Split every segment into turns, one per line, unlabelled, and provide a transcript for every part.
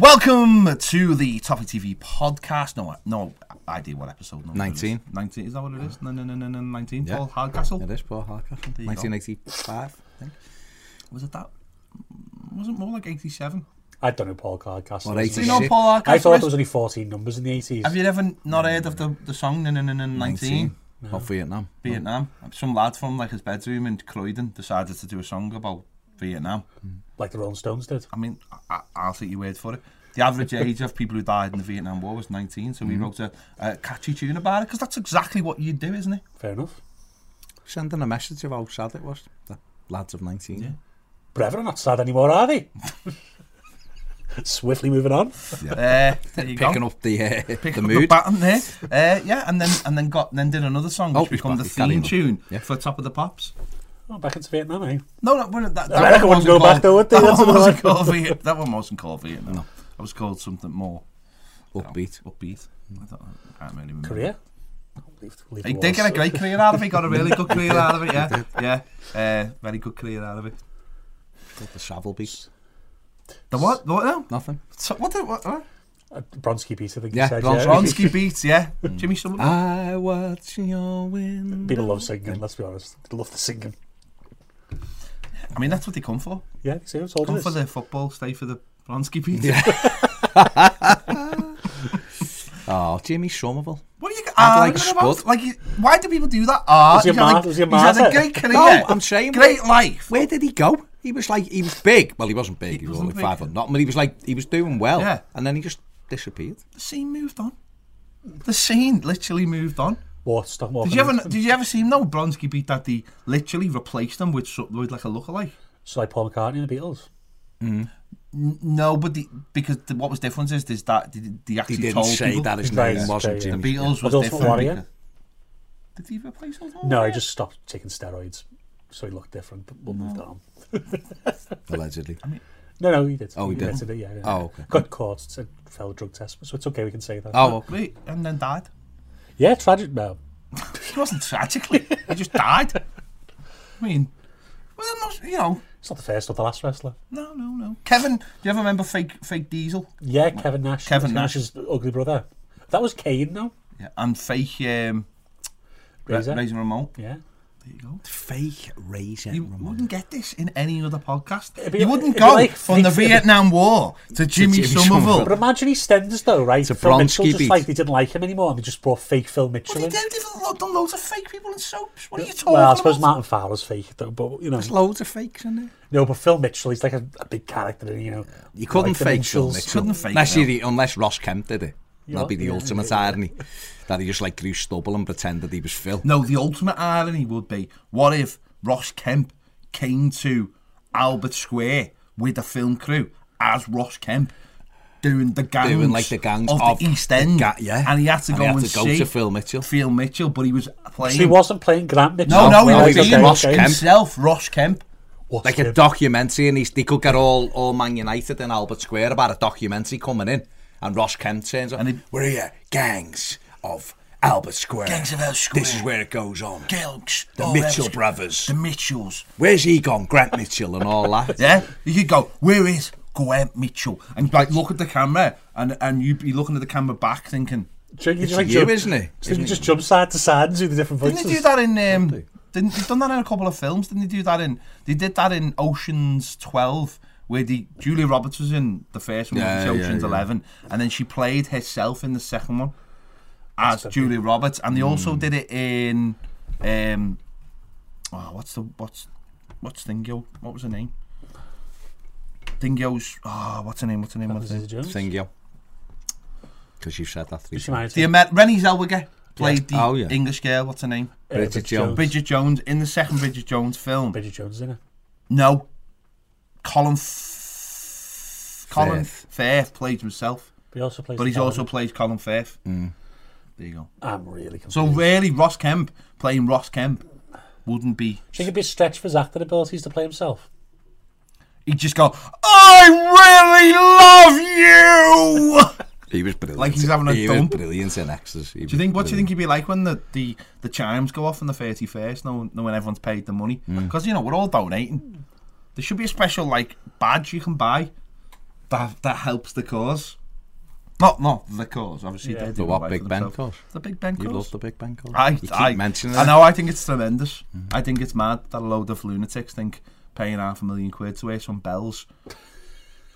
Welcome to the Toffee TV podcast. No, I- no idea what episode. number it is.
19.
19, is that what it is? No, no, no, no, no, 19.
Yeah.
Paul Hardcastle.
It is Paul Hardcastle.
you go.
1985, I think.
Was it that? Was it more like 87?
I don't know Paul Hardcastle.
Or
is.
Do you know
86.
Paul Hardcastle?
I thought
is?
there was only 14 numbers in the 80s.
Have you ever not heard of the, the song No, no, no, no, 19?
Not Vietnam.
Vietnam. Some lad from like his bedroom in Croydon decided to do a song about Vietnam.
Like the Rolling Stones did.
I mean, I- I, I'll take your word for it. The average age of people who died in the Vietnam War was 19, so
Mm-hmm.
we wrote a, a catchy tune about it because that's exactly what you do, isn't it?
Fair enough.
Sending a message of how sad it was. The lads of 19.
Yeah.
But everyone not sad anymore, are they? Swiftly moving on.
Uh, there you go.
Picking up the, uh,
Pick
the
up the
mood.
baton there. Uh, yeah, and then and then got then did another song
Oh,
which
he's
became
back,
the
he's carrying
theme
on.
tune
Yeah.
for Top of the Pops.
Oh, back into Vietnam, eh?
No, no, well, that, that
America
one
wouldn't go
wasn't
back though,
called,
would they?
That
That's
one,
another
wasn't
one.
called Viet- that one wasn't called Vietnam.
No.
It was called something more
Upbeat.
upbeat. I, don't, I can't really remember.
Korea? Leave, leave
He
the
did
walls.
get a great career out of it. He got a really good career out of it. Yeah, yeah, uh, very good career out of it.
Got the shovel beat.
The what? The what? No?
Nothing.
So, what? The, what? what?
Uh, Bronski piece, I think
Yeah,
you said.
Bronski.
yeah.
Bronski beats. Yeah,
Hmm.
Jimmy
Ah.
Sullivan.
I watch your window.
People love singing, let's be honest. They love the singing.
I mean, that's what they come for.
Yeah, see, I was told
Come
this.
for the football, stay for the Bronski beats.
Yeah. oh, Jimmy Somerville.
What are you
I'd
arguing
like a
about?
spud.
Like, you- why do people do that? Ah,
Was your
he's had a-
mouth- was your
he's had
mouth
a great career.
No, I'm saying-
great life.
Where did he go? He was like, he was big. Well, he wasn't big. He, was
wasn't
only
big.
five or not. But he was like, he was doing well.
Yeah.
And then he just disappeared.
The scene moved on. The scene literally moved on.
What? Stop walking.
Did you ever did you ever see him though? Bronski beat that they literally replaced him with so- with like a lookalike.
So like Paul McCartney and the Beatles.
N- No, but the, because the, what was different is, is that they, they
He
actually
didn't
told
say
people
that his
Right,
name wasn't
okay, yeah.
the
Jimmy.
Beatles was
Adult
different.
Warrior.
because- Did he replace us?
No, he just stopped taking steroids. So he looked different, but we'll
Mm.
move that on.
Allegedly.
No, no, he did.
Oh, he did?
admitted It, yeah, yeah.
Oh, okay.
Got caught, said failed drug test, so it's okay, we can say that.
Oh, okay.
Wait, and then died.
Yeah, tragic. No,
He wasn't tragically. he just died. I mean, well, not, you know,
it's not the first or the last wrestler.
No, no, no. Kevin, do you ever remember fake fake Diesel?
Yeah, Kevin Nash.
Kevin
Nash's ugly brother. That was Kane, though.
Yeah. And fake um,
Razor.
Ra- Razor Ramon.
Yeah.
There you go.
Fake Razor
You wouldn't get this in any other podcast.
It'd be-
you wouldn't
it'd be
go
like
from the
fake-
Vietnam War to Jimmy,
Jimmy
Somerville.
But imagine he stands though, right?
a
Phil
Bronski
Mitchell just
beat.
like they didn't like him anymore, and they just brought fake Phil Mitchell
What do you
in.
do? They've done loads of fake people in soaps. What are you talking
Well, I
about?
suppose Martin Fowler's fake though, but you know,
There's loads of fakes in there.
no. But Phil Mitchell, he's like a, a big character, you know.
You couldn't
like the
fake Phil
Mitchells.
Mitchell.
Couldn't fake
unless,
Phil.
you, unless Ross Kemp did it. That'd be the
Yeah,
ultimate irony. That he just like grew stubble and pretended he was Phil.
No, the ultimate irony would be what if Ross Kemp came to Albert Square with a film crew as Ross Kemp doing the gangs,
Doing, like, the gangs
of,
of
the East End,
ga- yeah.
and he had to
And
go
he had
and
to go
see
to Phil Mitchell.
Phil Mitchell, but he was playing.
So he wasn't playing Grant Mitchell.
no, no,
Well,
he was
he's
being
okay,
Ross
okay.
Kemp. himself, Ross Kemp.
What's
Like a
the-
documentary, and he's, they could get all, all Man United in Albert Square about a documentary coming in, and Ross Kemp turns up.
And he-
We're here, gangs of Albert Square.
Gangs of Albert
This is
Square.
where it goes on.
Gelgs,
The Mitchell brothers.
Oh, the Mitchells.
Where's he gone? Grant Mitchell and all that.
Yeah, you could go. Where is Gwent Mitchell? And like look at the camera, and and you'd be looking at the camera back, thinking,
Do you, think you
It's
just, like,
you,
jump,
isn't it?
do you
Isn't
think you just jump side to side and do the different voices.
Didn't they do that in? Um, didn't they done that in a couple of films? Didn't they do that in? They did that in Ocean's Twelve, where the Julia Roberts was in the first one,
Yeah,
which was
yeah,
Ocean's
yeah.
Eleven, and then she played herself in the second one as Julia Roberts, and they
Hmm.
also did it in. Um, oh, what's the what's what's Thingio? What was her name? Thingio's. Oh, what's her name? What's her name? What's her name?
Jones.
Thing you. Because you've said that three
She
times.
married
The
him.
Amer- Renée Zellweger played the
Oh, yeah.
English girl. What's her name?
Uh,
Bridget Jones.
Bridget Jones in the second Bridget Jones film.
Bridget Jones, isn't it?
No. Colin F- Colin
Firth.
Firth played himself,
But he also plays.
but he's
the
also played Colin Firth. There you go.
I'm really confused.
So really, Ross Kemp playing Ross Kemp wouldn't be.
Do you think it'd be a stretch for his acting abilities to play himself?
He'd just go, "I really love you."
He was brilliant.
Like he's having a
he
dump.
was brilliant in ecstasy.
do you think? What do you think he'd be like when the the, the chimes go off on the thirty first? No, no, when everyone's paid the
Hmm.
money, because you know we're all donating. There should be a special like badge you can buy that that helps the cause. Not not the cause, obviously.
Yeah.
they're
The
The
doing
what
right for
Big Ben
themselves.
cause?
The Big Ben
You
cause.
love the Big Ben cause.
I,
you keep
I,
mentioning
I
it.
know. I think it's tremendous. I think it's mad that a load of lunatics think paying half a million quid to wear some bells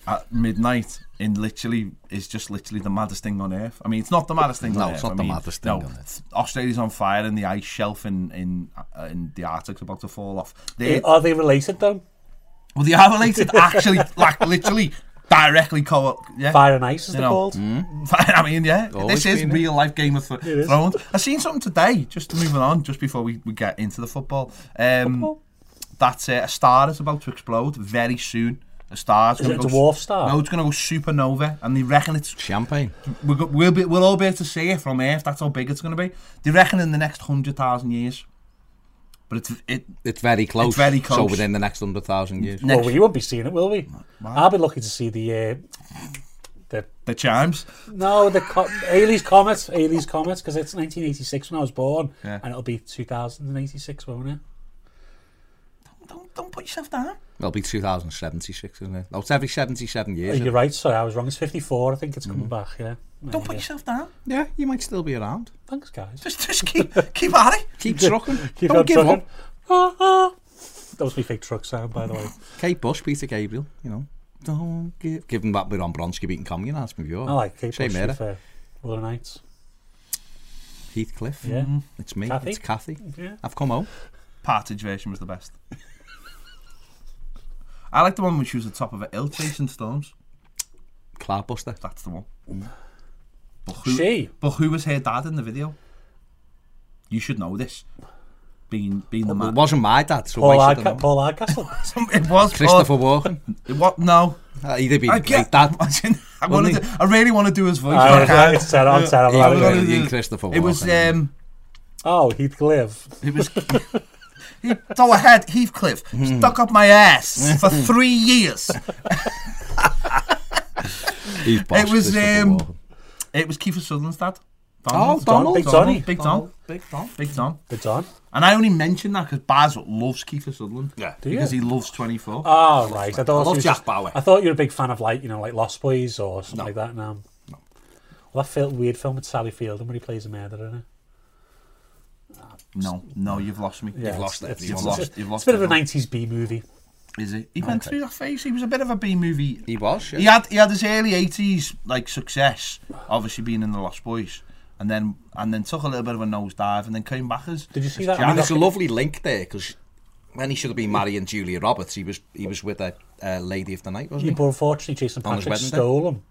at midnight in literally is just literally the maddest thing on earth. I mean, it's not the maddest thing.
No,
on
it's
earth.
not
I
the
mean,
maddest thing
no,
on earth.
Australia's on fire, and the ice shelf in in uh, in the Arctic's about to fall off. They,
Eh, Are they related though?
well, they are related, actually, like literally directly co. Yeah,
Fire and ice is
You
it
know.
called?
I mean, yeah,
Always
this is
been it.
real life Game of Thro-
It is.
Thrones. I've seen something today, just moving on, just before we, we get into the football. Um,
Football?
That uh, a star is about to explode very soon. A star's
Is
going
it
to
a
go. s-
dwarf star?
No, it's going to go supernova, and they reckon it's
eh, Champagne.
we're, go- we'll be we'll all be able to see it from Earth. That's how big it's going to be. They reckon in the next hundred thousand years, but it's it
It's very close.
It's very
So
close.
within the next 100,000 years.
next
Well, we won't be seeing it, will we? I'll be lucky to see the uh, the
the chimes.
no the co- Ailey's comet, Ailey's comet, because it's 1986 when I was born,
Yeah.
and it'll be 2086, won't it?
Don't don't put yourself down.
It'll be 2076, isn't it? No, it's every 77 years.
You're right. Sorry, I was wrong. It's 54. I think it's coming back. Yeah.
Mm. Don't put
Yeah.
yourself down.
Yeah, you might still be around.
Thanks, guys.
Just just keep keep at it.
Keep trucking.
Keep
Don't
on
give
trucking.
up.
Ah, ah. That was my fake truck sound, by the way.
Kate Bush, Peter Gabriel, you know. Don't give... Give him that bit on Bronski beating Communion, that's me
I like Cape
Shame eh?
Bush
era.
with uh, Willow Knights.
Heathcliff.
Yeah.
It's me.
Kathy?
It's Kathy.
Yeah.
I've come home.
Partridge version was the best. I like the one when she was at the top of a hill chasing storms.
Cloudbuster.
That's the one. But who,
She.
but who was her dad in the video? You should know this. Being being the
Well, it
man.
wasn't my dad, so
Paul,
why should I
Arca-
know?
Paul Hardcastle.
It was
Christopher Walken.
Paul. It, what? No.
Uh, he'd have been
I
a great
get
dad.
I, wanted
Wasn't
to, I really want to do his voice. but I
oh,
can't.
it's terrible. It's
He
I was
was
gonna
terrible.
really
do-
in Christopher Walken.
It was. Um,
Oh, Heathcliff.
it was. He, go ahead, Heathcliff.
Hmm.
Stuck up my ass for three years.
He's boss,
it was,
Christopher
um,
Walken.
It was Kiefer Sutherland's dad.
Oh,
Donald.
Donald.
Big Donny.
Big Don.
Big Don.
Big Don.
The Don.
And I only mention that because Baz loves Kiefer Sutherland.
Yeah.
Do you?
Because he loves 24.
Oh, right. I thought
I
you
love
was
Jack
just-
Bauer.
I thought you were a big fan of like you know like Lost Boys or something like that. No. Well, that fil- weird film with Sally Field and when he plays a murderer in it.
no, no, you've lost me.
Yeah,
lost
it's-
it.
it's-
You've
it's-
lost-
it's-
you've
It's
lost
a bit of
it,
a
no.
90s B movie.
Is he? He went through that phase. He was a bit of a B movie.
He was, yeah.
He had he had his early 80s like success, obviously being in the Lost Boys. And then and then took a little bit of a nosedive and then came back as
Did you see
as
that? I
I mean,
Jack.
there's a lovely link there because when he should have been marrying Julia Roberts, he was he was with a uh, lady of the night,
Yeah,
wasn't he?
but unfortunately, Jason
On his
Patrick
wedding day.
stole him.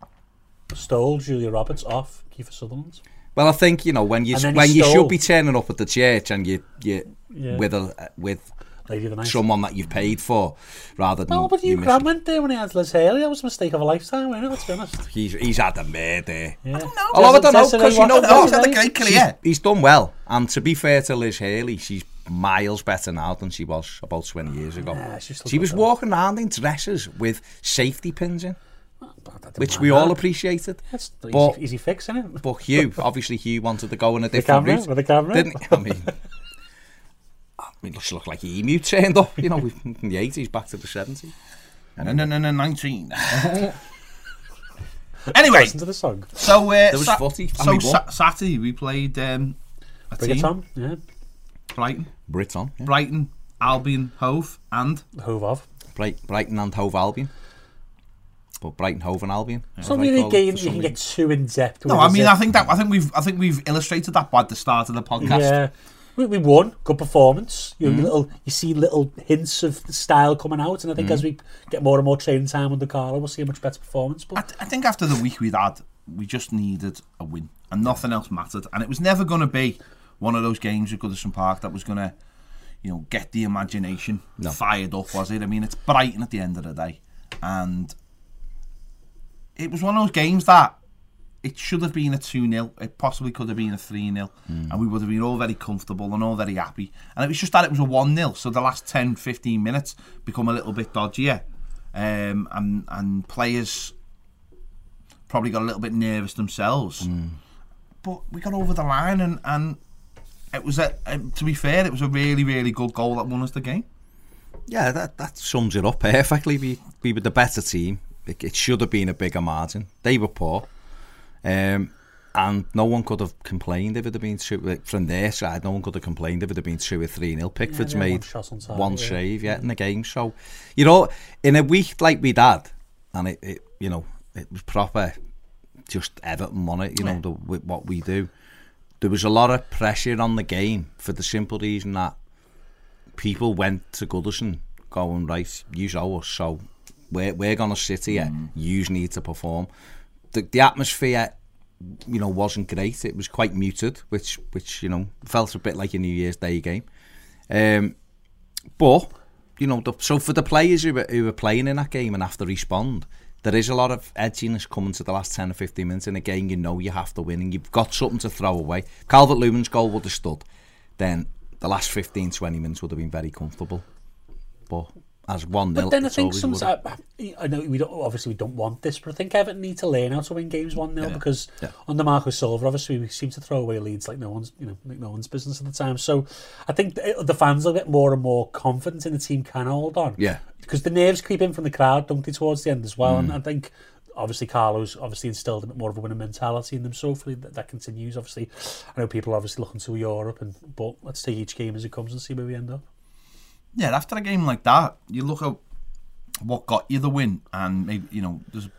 Stole Julia Roberts off Kiefer Sutherland.
Well, I think you know when you
And then he
when you
stole.
should be turning up at the church and you you
Yeah.
with a with
Lady of the Night.
someone that you've paid for rather than
No, but you
miss-
grand went there when he had Les Haley. That was a mistake of a lifetime, wasn't it? Let's be honest.
he's he's had a murder.
Yeah.
know.
Although I
Doesn't-
don't know
doesn't
because you know
anyone-
Oh,
what
he's had a great career.
he's done well, and to be fair to Liz Haley, she's miles better now than she was about 20 years ago.
Yeah, she's still
she
got
was
that.
walking around in dresses with safety pins in,
I don't
which
mind
we
that.
all appreciated.
That's the
but-
easy, easy fix, isn't it?
But Hugh, obviously Hugh wanted to go in a
The
different
camera,
route.
with the camera.
Didn't he? I mean, I mean, looks look like Emu turned up, you know, we- from the 80s back to the 70s.
No, no, no, no, 19. anyway,
Listen to the song.
so uh,
was
Sa-
40, and
so
we won.
Sa- Saturday we played um, a
Bring it
team,
on. Yeah.
Brighton,
Briton, yeah.
Brighton, Albion, Hove, and
Hove off.
Bright, Brighton and Hove Albion. But Brighton, Hove and Albion.
It's
as
not
they
really a
call it
game
for
you
some
can
reason.
get too in depth with.
No, I
is
mean,
it?
I think that I think we've I think we've illustrated that by the start of the podcast.
Yeah. We, we won. Good performance. You,
Mm-hmm.
know, little, you see little hints of the style coming out, and I
Mm-hmm.
think as we get more and more training time under Carlo, we'll see a much better performance.
I,
But
th- I think after the week we'd had, we just needed a win, and nothing else mattered. And it was never going to be one of those games at Goodison Park that was going to, you know, get the imagination fired up, was it? I mean, it's Brighton at the end of the day, and it was one of those games that it should have been a 2 0. It possibly could have been a 3 0. And we would have been all very comfortable and all very happy. And it was just that it was a 1 0. So the last 10, 15 minutes become a little bit dodgier. Um, and, and players probably got a little bit nervous themselves. But we got over the line and. and it was a, um, to be fair, it was a really, really good goal that won us the game.
Yeah, that, that sums it up perfectly. We, we were the better team. It, it should have been a bigger margin. They were poor. Um, and no one could have complained if it had been two like, from their side. No one could have complained if it had been two or three nil. Pickford's
they had one
made
shot on target,
one
yeah.
save yet in the game. So you know, in a week like we'd had, and it, it you know it was proper, just Everton on it. You know the, with what we do. There was a lot of pressure on the game for the simple reason that people went to Goodison going right, you owe us, so we're we're gonna sit here. You need to perform. The the atmosphere, you know, wasn't great. It was quite muted, which which you know felt a bit like a New Year's Day game. Um, but you know, the, so for the players who were, who were playing in that game and have to respond, there is a lot of edginess coming to the last ten or fifteen minutes in a game. You know, you have to win, and you've got something to throw away. Calvert Lewin's goal would have stood. Then the last 15, 20 minutes would have been very comfortable. But as one nil,
But then I think some. I, I- I know we don't. Obviously, we don't want this, but I think Everton need to learn how to win games one 0 because
Yeah.
under Marco Silva, obviously, we seem to throw away leads like no one's, you know, like no one's business at the time. So I think the, the fans will get more and more confident in the team can hold on.
Yeah.
because the nerves creep in from the crowd, don't they, towards the end as well?
Mm.
And I think. Obviously, Carlos obviously instilled a bit more of a winning mentality in them, so hopefully that, that continues. Obviously, I know people are obviously looking to Europe, and but let's take each game as it comes and see where we end up.
yeah, after a game like that, you look at what got you the win, and maybe you know there's a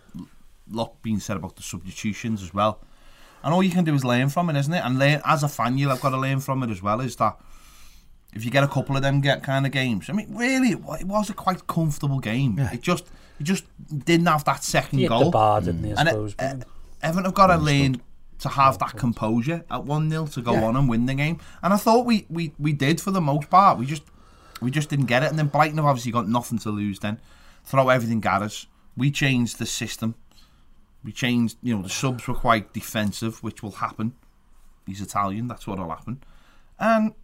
lot being said about the substitutions as well. And all you can do is learn from it, isn't it? And learn as a fan, you've got to learn from it as well. Is that if you get a couple of them get kind of games? I mean, really, it wa- it was a quite comfortable game. It just it just didn't have that second
He hit
goal.
the bar, didn't he? I
And
suppose.
it,
but-
uh, Everton have got a lane to have that composure at 1 0 to go on and win the game. And I thought we, we, we did for the most part. We just we just didn't get it. And then Brighton have obviously got nothing to lose then. Throw everything at us. We changed the system. We changed, you know, the subs were quite defensive, which will happen. He's Italian, that's what'll happen. And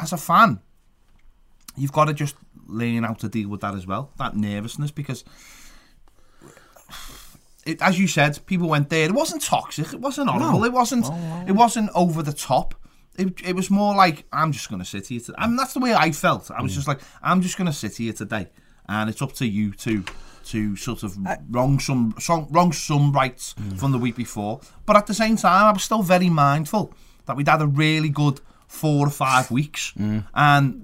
as a fan, you've got to just learn how to deal with that as well. That nervousness, because it, as you said, people went there. It wasn't toxic. It wasn't horrible. It wasn't. It wasn't over the top. It, it was more like I'm just going to sit here. To, I mean, that's the way I felt. I was just like I'm just going to sit here today, and it's up to you to to sort of wrong some some- wrong some rights from the week before. But at the same time, I was still very mindful that we'd had a really good four or five weeks, and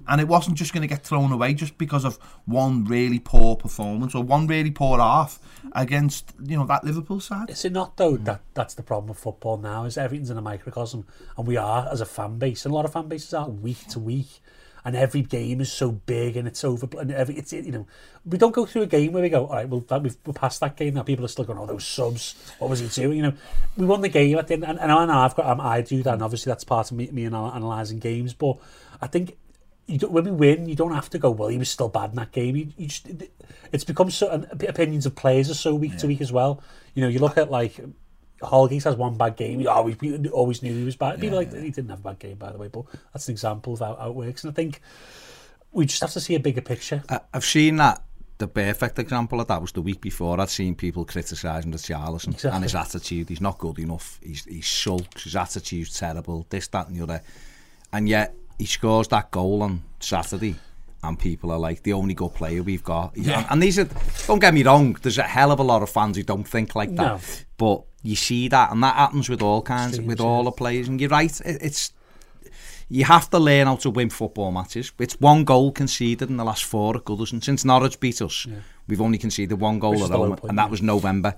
and it wasn't just going to get thrown away just because of one really poor performance or one really poor half against you know that Liverpool side.
Is it not though that that's the problem with football now? Is everything's in a microcosm, and we are as a fan base, and a lot of fan bases are week to week, and every game is so big and it's over, and every it's you know we don't go through a game where we go all right, well that, we've we're past that game now. People are still going, oh those subs, what was he doing? You know, we won the game at the end, and, and I know I've got um, I do that, and obviously that's part of me, me anal- analysing games, but I think you don't, when we win, you don't have to go. Well, he was still bad in that game. You, you just, it's become so. And op- opinions of players are so week to week as well. You know, you look at like Holgate has one bad game. You always we always knew he was bad. People like he didn't have a bad game, by the way. But that's an example of how, how it works. And I think we just have to see a bigger picture.
I, I've seen that. The perfect example of that was the week before. I'd seen people criticising the Charleston and his attitude. He's not good enough. He's, he sulks. His attitude's terrible. This, that, and the other. And yet he scores that goal on Saturday, and people are like, the only good player we've got. Yeah. And these are. Don't get me wrong. There's a hell of a lot of fans who don't think like that.
No.
But you see that, and that happens with all kinds, with all the players. And you're right. It, it's you have to learn how to win football matches. It's one goal conceded in the last four at Goodison. Since Norwich beat us, we've only conceded one goal
Which is
at
the low
home,
point,
and that
yeah.
was November.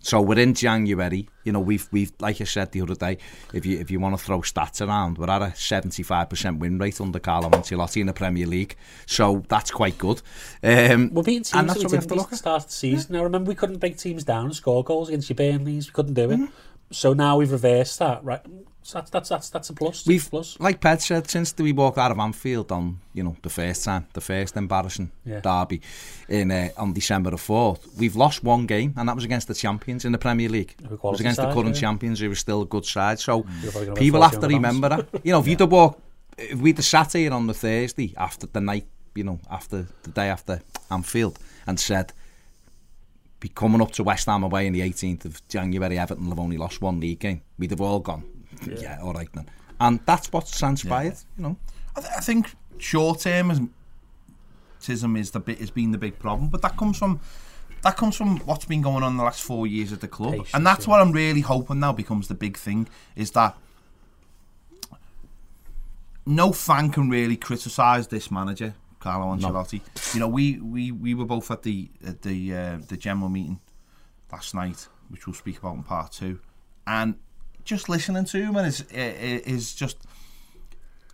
So we're in January. You know, we've we've like I said the other day, if you if you want to throw stats around, we're at a seventy five percent win rate under Carlo Ancelotti in the Premier League. So that's quite good. Um,
We're beating teams
and that's
that we
what we have to
didn't beat at
look
the
at.
start of the season. Now remember, we couldn't break teams down and score goals against your Burnleys. We couldn't do it.
Mm-hmm.
So now we've reversed that, right? So that's that's that's, that's a plus. It's a
We've
plus.
like Ped said since we walked out of Anfield on you know the first time, the first embarrassing
Yeah.
derby in uh, on December the fourth. We've lost one game, and that was against the champions in the Premier League. It was
quality
against the
side,
current
yeah. Mm.
champions, who were still a good side. So
You're probably gonna win
people have
40 on
to
the bounce.
remember that. You know, if you'd have walked, if we'd have sat here on the Thursday after the night, you know, after the day after Anfield, and said. be coming up to West Ham away on the 18th of January, Everton have only lost one league game. We'd have all gone, yeah, all right then. And that's what's transpired, you know.
I, th- I think short termism is the bit has been the big problem, but that comes from that comes from what's been going on the last four years at the club,
Patience,
and that's
yeah.
what I'm really hoping now becomes the big thing is that no fan can really criticise this manager, Carlo Ancelotti. You know, we, we, we were both at the at the uh, the general meeting last night, which we'll speak about in part two, and just listening to him and is is just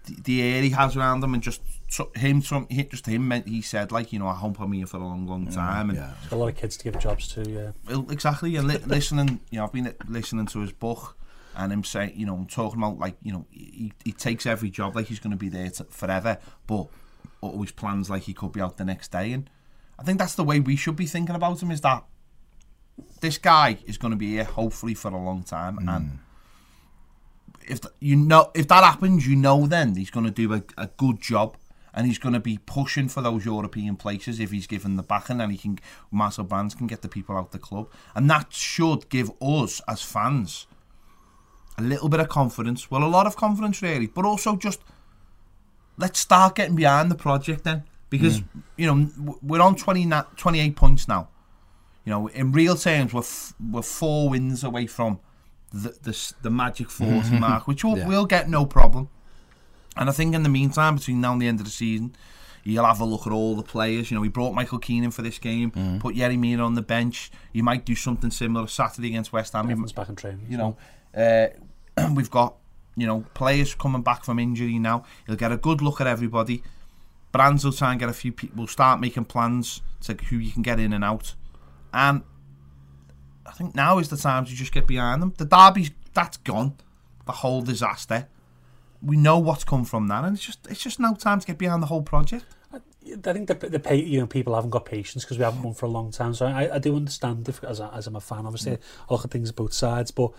the- the air he has around him and just so- him some he- just him meant he said like you know I hope I'm here for a long long time and
Yeah.
Got a lot of kids to give jobs to, yeah.
Well, exactly and li- listening you know I've been listening to his book and him saying you know talking about like you know he, he takes every job like he's going to be there to, forever but always plans like he could be out the next day and I think that's the way we should be thinking about him is that this guy is going to be here hopefully for a long time and if th- you know if that happens you know then he's going to do a, a good job and he's going to be pushing for those European places if he's given the backing and he can massive bands can get the people out the club and that should give us as fans a little bit of confidence well a lot of confidence really but also just let's start getting behind the project then because you know w- we're on 20, na- 28 points now you know, in real terms, we're f- we're four wins away from the the, s- the magic forty mark, which we'll,
Yeah.
we'll get no problem. And I think in the meantime, between now and the end of the season, you'll have a look at all the players. You know, he brought Michael Keane in for this game, put Yerry Mina on the bench. You might do something similar Saturday against West Ham. You m-
Everyone's back in training.
you know, uh, we've got you know players coming back from injury now. He'll get a good look at everybody. Brands will try and get a few people. We'll start making plans to who you can get in and out, and I think now is the time to just get behind them. The derby's that's gone, the whole disaster. We know what's come from that, and it's just it's just now time to get behind the whole project.
I think the the pa you know people haven't got patience because we haven't won for a long time. So I, I do understand if, as a, as I'm a fan, obviously I look at things both sides, but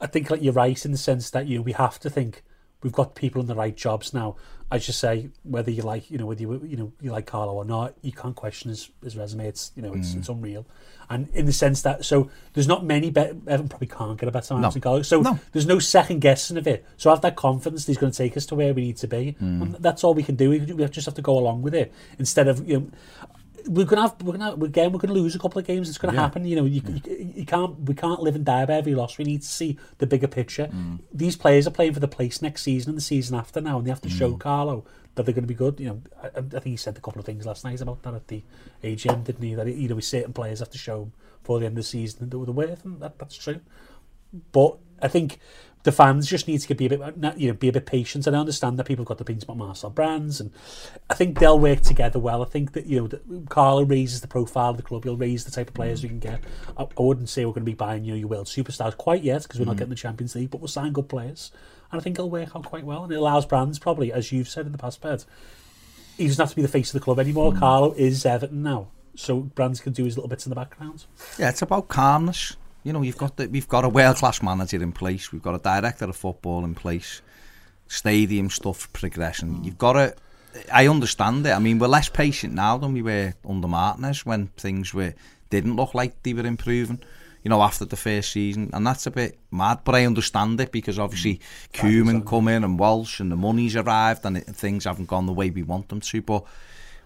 I think like you're right in the sense that you know, we have to think we've got people in the right jobs now. As you say, whether you like you know whether you you know you like Carlo or not, you can't question his, his resume. It's you know
Mm.
it's, it's unreal, and in the sense that so there's not many better. Evan probably can't get a better manager than Carlo. So
No.
there's no second guessing of it. So have that confidence that he's going to take us to where we need to be.
Mm.
And that's all we can do. We, we just have to go along with it instead of you know. We're gonna have we're gonna have, again we're gonna lose a couple of games. It's gonna happen. You know you, you, you can't we can't live and die by every loss. We need to see the bigger picture. These players are playing for the place next season and the season after now, and they have to show Carlo that they're going to be good. You know, I, I think he said a couple of things last night about that at the AGM, didn't he? That you know, certain players have to show before the end of the season that they're worth, and that, that's true. But I think the fans just need to be a bit, not- you know, be a bit patient. And I understand that people have got the opinions about Marcel Brands, and I think they'll work together well. I think that you know, that Carlo raises the profile of the club. He'll raise the type of players you can get. I, I wouldn't say we're going to be buying you, you world superstars quite yet because we're not getting the Champions League, but we'll sign good players, and I think it'll work out quite well. And it allows Brands probably, as you've said in the past, Bert, he doesn't have to be the face of the club anymore. Carlo is Everton now, so Brands can do his little bits in the background.
Yeah, it's about calmness. You know, you've got the, we've got a world class manager in place. We've got a director of football in place. Stadium stuff progression.
Hmm.
You've got to. I understand it. I mean, we're less patient now than we were under Martinez when things were didn't look like they were improving. You know, after the first season, and that's a bit mad, but I understand it because obviously
Hmm.
Cumin come in and Walsh and the money's arrived and it, things haven't gone the way we want them to. But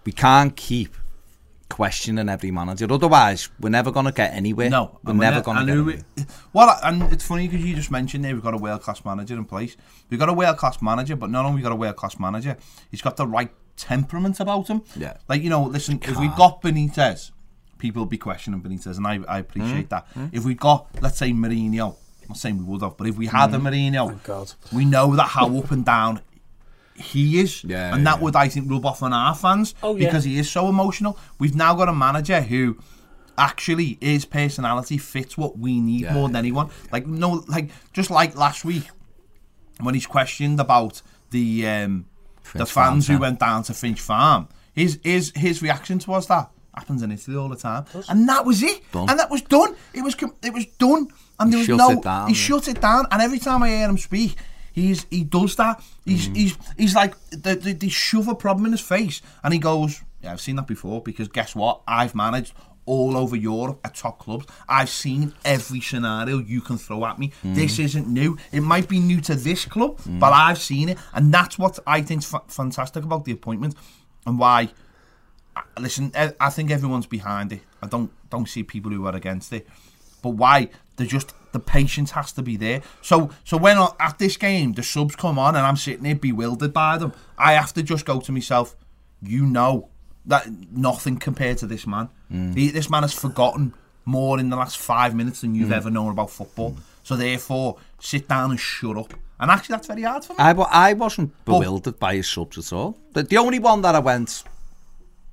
we can't keep questioning every manager. Otherwise, we're never going to get anywhere.
No,
we're
and
never
ne-
going to
and
get
who
anywhere.
we- Well, I- and it's funny because you just mentioned there we've got a world class manager in place. We've got a world class manager, but not only we got a world class manager, he's got the right temperament about him.
Yeah.
Like you know, listen, if we got Benitez, people would be questioning Benitez, and I, I appreciate
Mm.
that. If we got, let's say Mourinho, I'm not saying we would have, but if we had
Mm.
a Mourinho,
Thank Oh, God.
we know that how up and down he is,
Yeah,
and that
yeah.
would I think rub off on our fans
Oh, yeah.
because he is so emotional. We've now got a manager who actually his personality fits what we need
Yeah,
more than anyone. Like no, like just like last week when he's questioned about the um, the fans
Finch Farm,
who
yeah.
went down to Finch Farm. His his his reaction was that happens in Italy all the time, and that was it,
Done.
and that was done. It was com- it was done, and there was
shut
no
it down,
he
yeah.
shut it down. And every time I hear him speak, he's he does that. He's
Mm.
he's he's like they, they, they shove a problem in his face, and he goes, "Yeah, I've seen that before." Because guess what? I've managed all over Europe at top clubs. I've seen every scenario you can throw at me.
Mm.
This isn't new. It might be new to this club, but I've seen it, and that's what I think's fa- fantastic
e,
about the appointment and why listen, I I think everyone's behind it. I don't
don't see people who are against it. But why? They just the patience has to be there. So so when I- at this game the subs come on and I'm sitting here bewildered by them, I have to just go to myself. You know that nothing compared to this man. He, this man has forgotten more in the last five minutes than you've ever known about football. So therefore, sit down and shut up. And actually, that's very hard for me.
I, wa- I wasn't bewildered by his subs at all. The, the only one that I went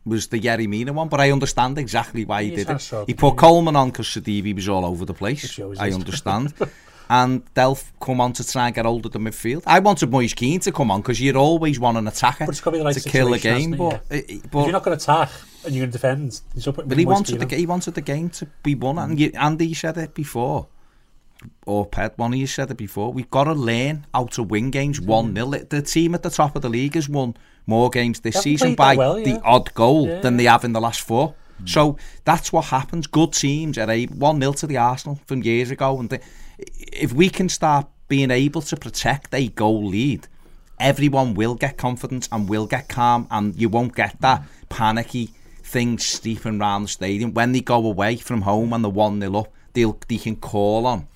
was the Yerry Mina one, but I understand exactly why he
He's
did
had
it.
stroke,
He put
didn't he?
Coleman on because Sadibi was all over the place.
Which he always
I
is.
understand. and Delph come on to try and get hold of the midfield. I wanted Moise Keane to come on because you'd always want an attacker
But it's got to be the right
to kill a game.
situation,
But,
hasn't it?
uh, uh,
If
but,
you're not going to attack and you're going to defend, you're still putting
but he
Moise
wanted
Kean
the
on.
ga- he wanted the game to be won, and you, Andy you said it before. Or Ped, one of you said it before. We've got to learn how to win games
Mm.
one 0 The team at the top of the league has won more games this
They haven't
season
played
by
that well,
the
yeah.
odd goal
Yeah.
than they have in the last four. So that's what happens. Good teams are able one 0 to the Arsenal from years ago, and they, if we can start being able to protect a goal lead, everyone will get confidence and will get calm, and you won't get that panicky thing steeping round the stadium. When they go away from home and they're one 0 up, they'll they can call on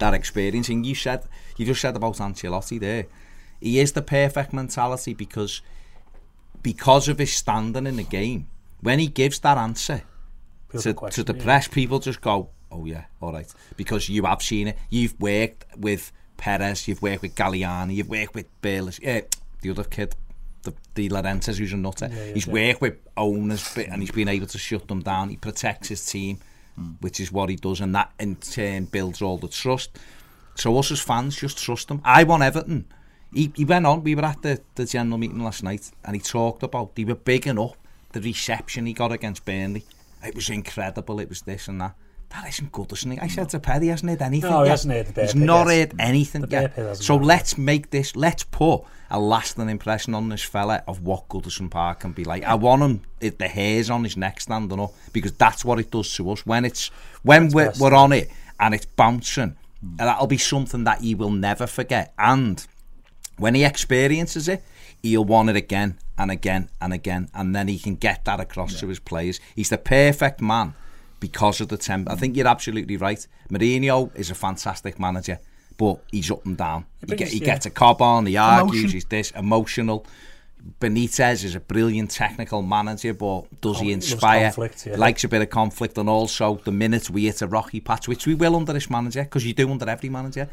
that experience. And you said you just said about Ancelotti there. He is the perfect mentality because because of his standing in the game, when he gives that answer
Pure
to,
question,
to the
yeah.
press, people just go, "Oh yeah, all right," because you have seen it. You've worked with Perez, you've worked with Galliani, you've worked with Bill, yeah, the other kid, the, the Laurentiis, who's a nutter.
yeah,
he's
yeah.
worked with owners, bi- and he's been able to shut them down. He protects his team,
Mm.
which is what he does, and that in turn builds all the trust. So us as fans just trust him. I want Everton. He, he went on, we were at the, the general meeting last night and he talked about, they were bigging up the reception he got against Burnley. It was incredible, it was this and that. That isn't good, isn't it? I said to Perry, he hasn't heard anything
No,
yet.
he hasn't heard the bear
He's
pit
not
yet.
heard anything
The bear
yet.
pit hasn't
So
happened.
let's make this, let's put a lasting impression on this fella of what Goodison Park can be like. I want him, it, the hairs on his neck standing up, because that's what it does to us. When it's, when we're,
best.
we're on it and it's bouncing, and that'll be something that he will never forget. And when he experiences it, he'll want it again and again and again, and then he can get that across to his players. He's the perfect man because of the temper. I think you're absolutely right. Mourinho is a fantastic manager, but he's up and down. He,
brings-
get, he
yeah.
gets a cob on, he argues,
Emotion.
he's this emotional. Benitez is a brilliant technical manager, but does he
Oh, he loves
inspire?
conflict, yeah.
Likes a bit of conflict, and also the minute we hit a rocky patch, which we will under this manager, because you do under every manager,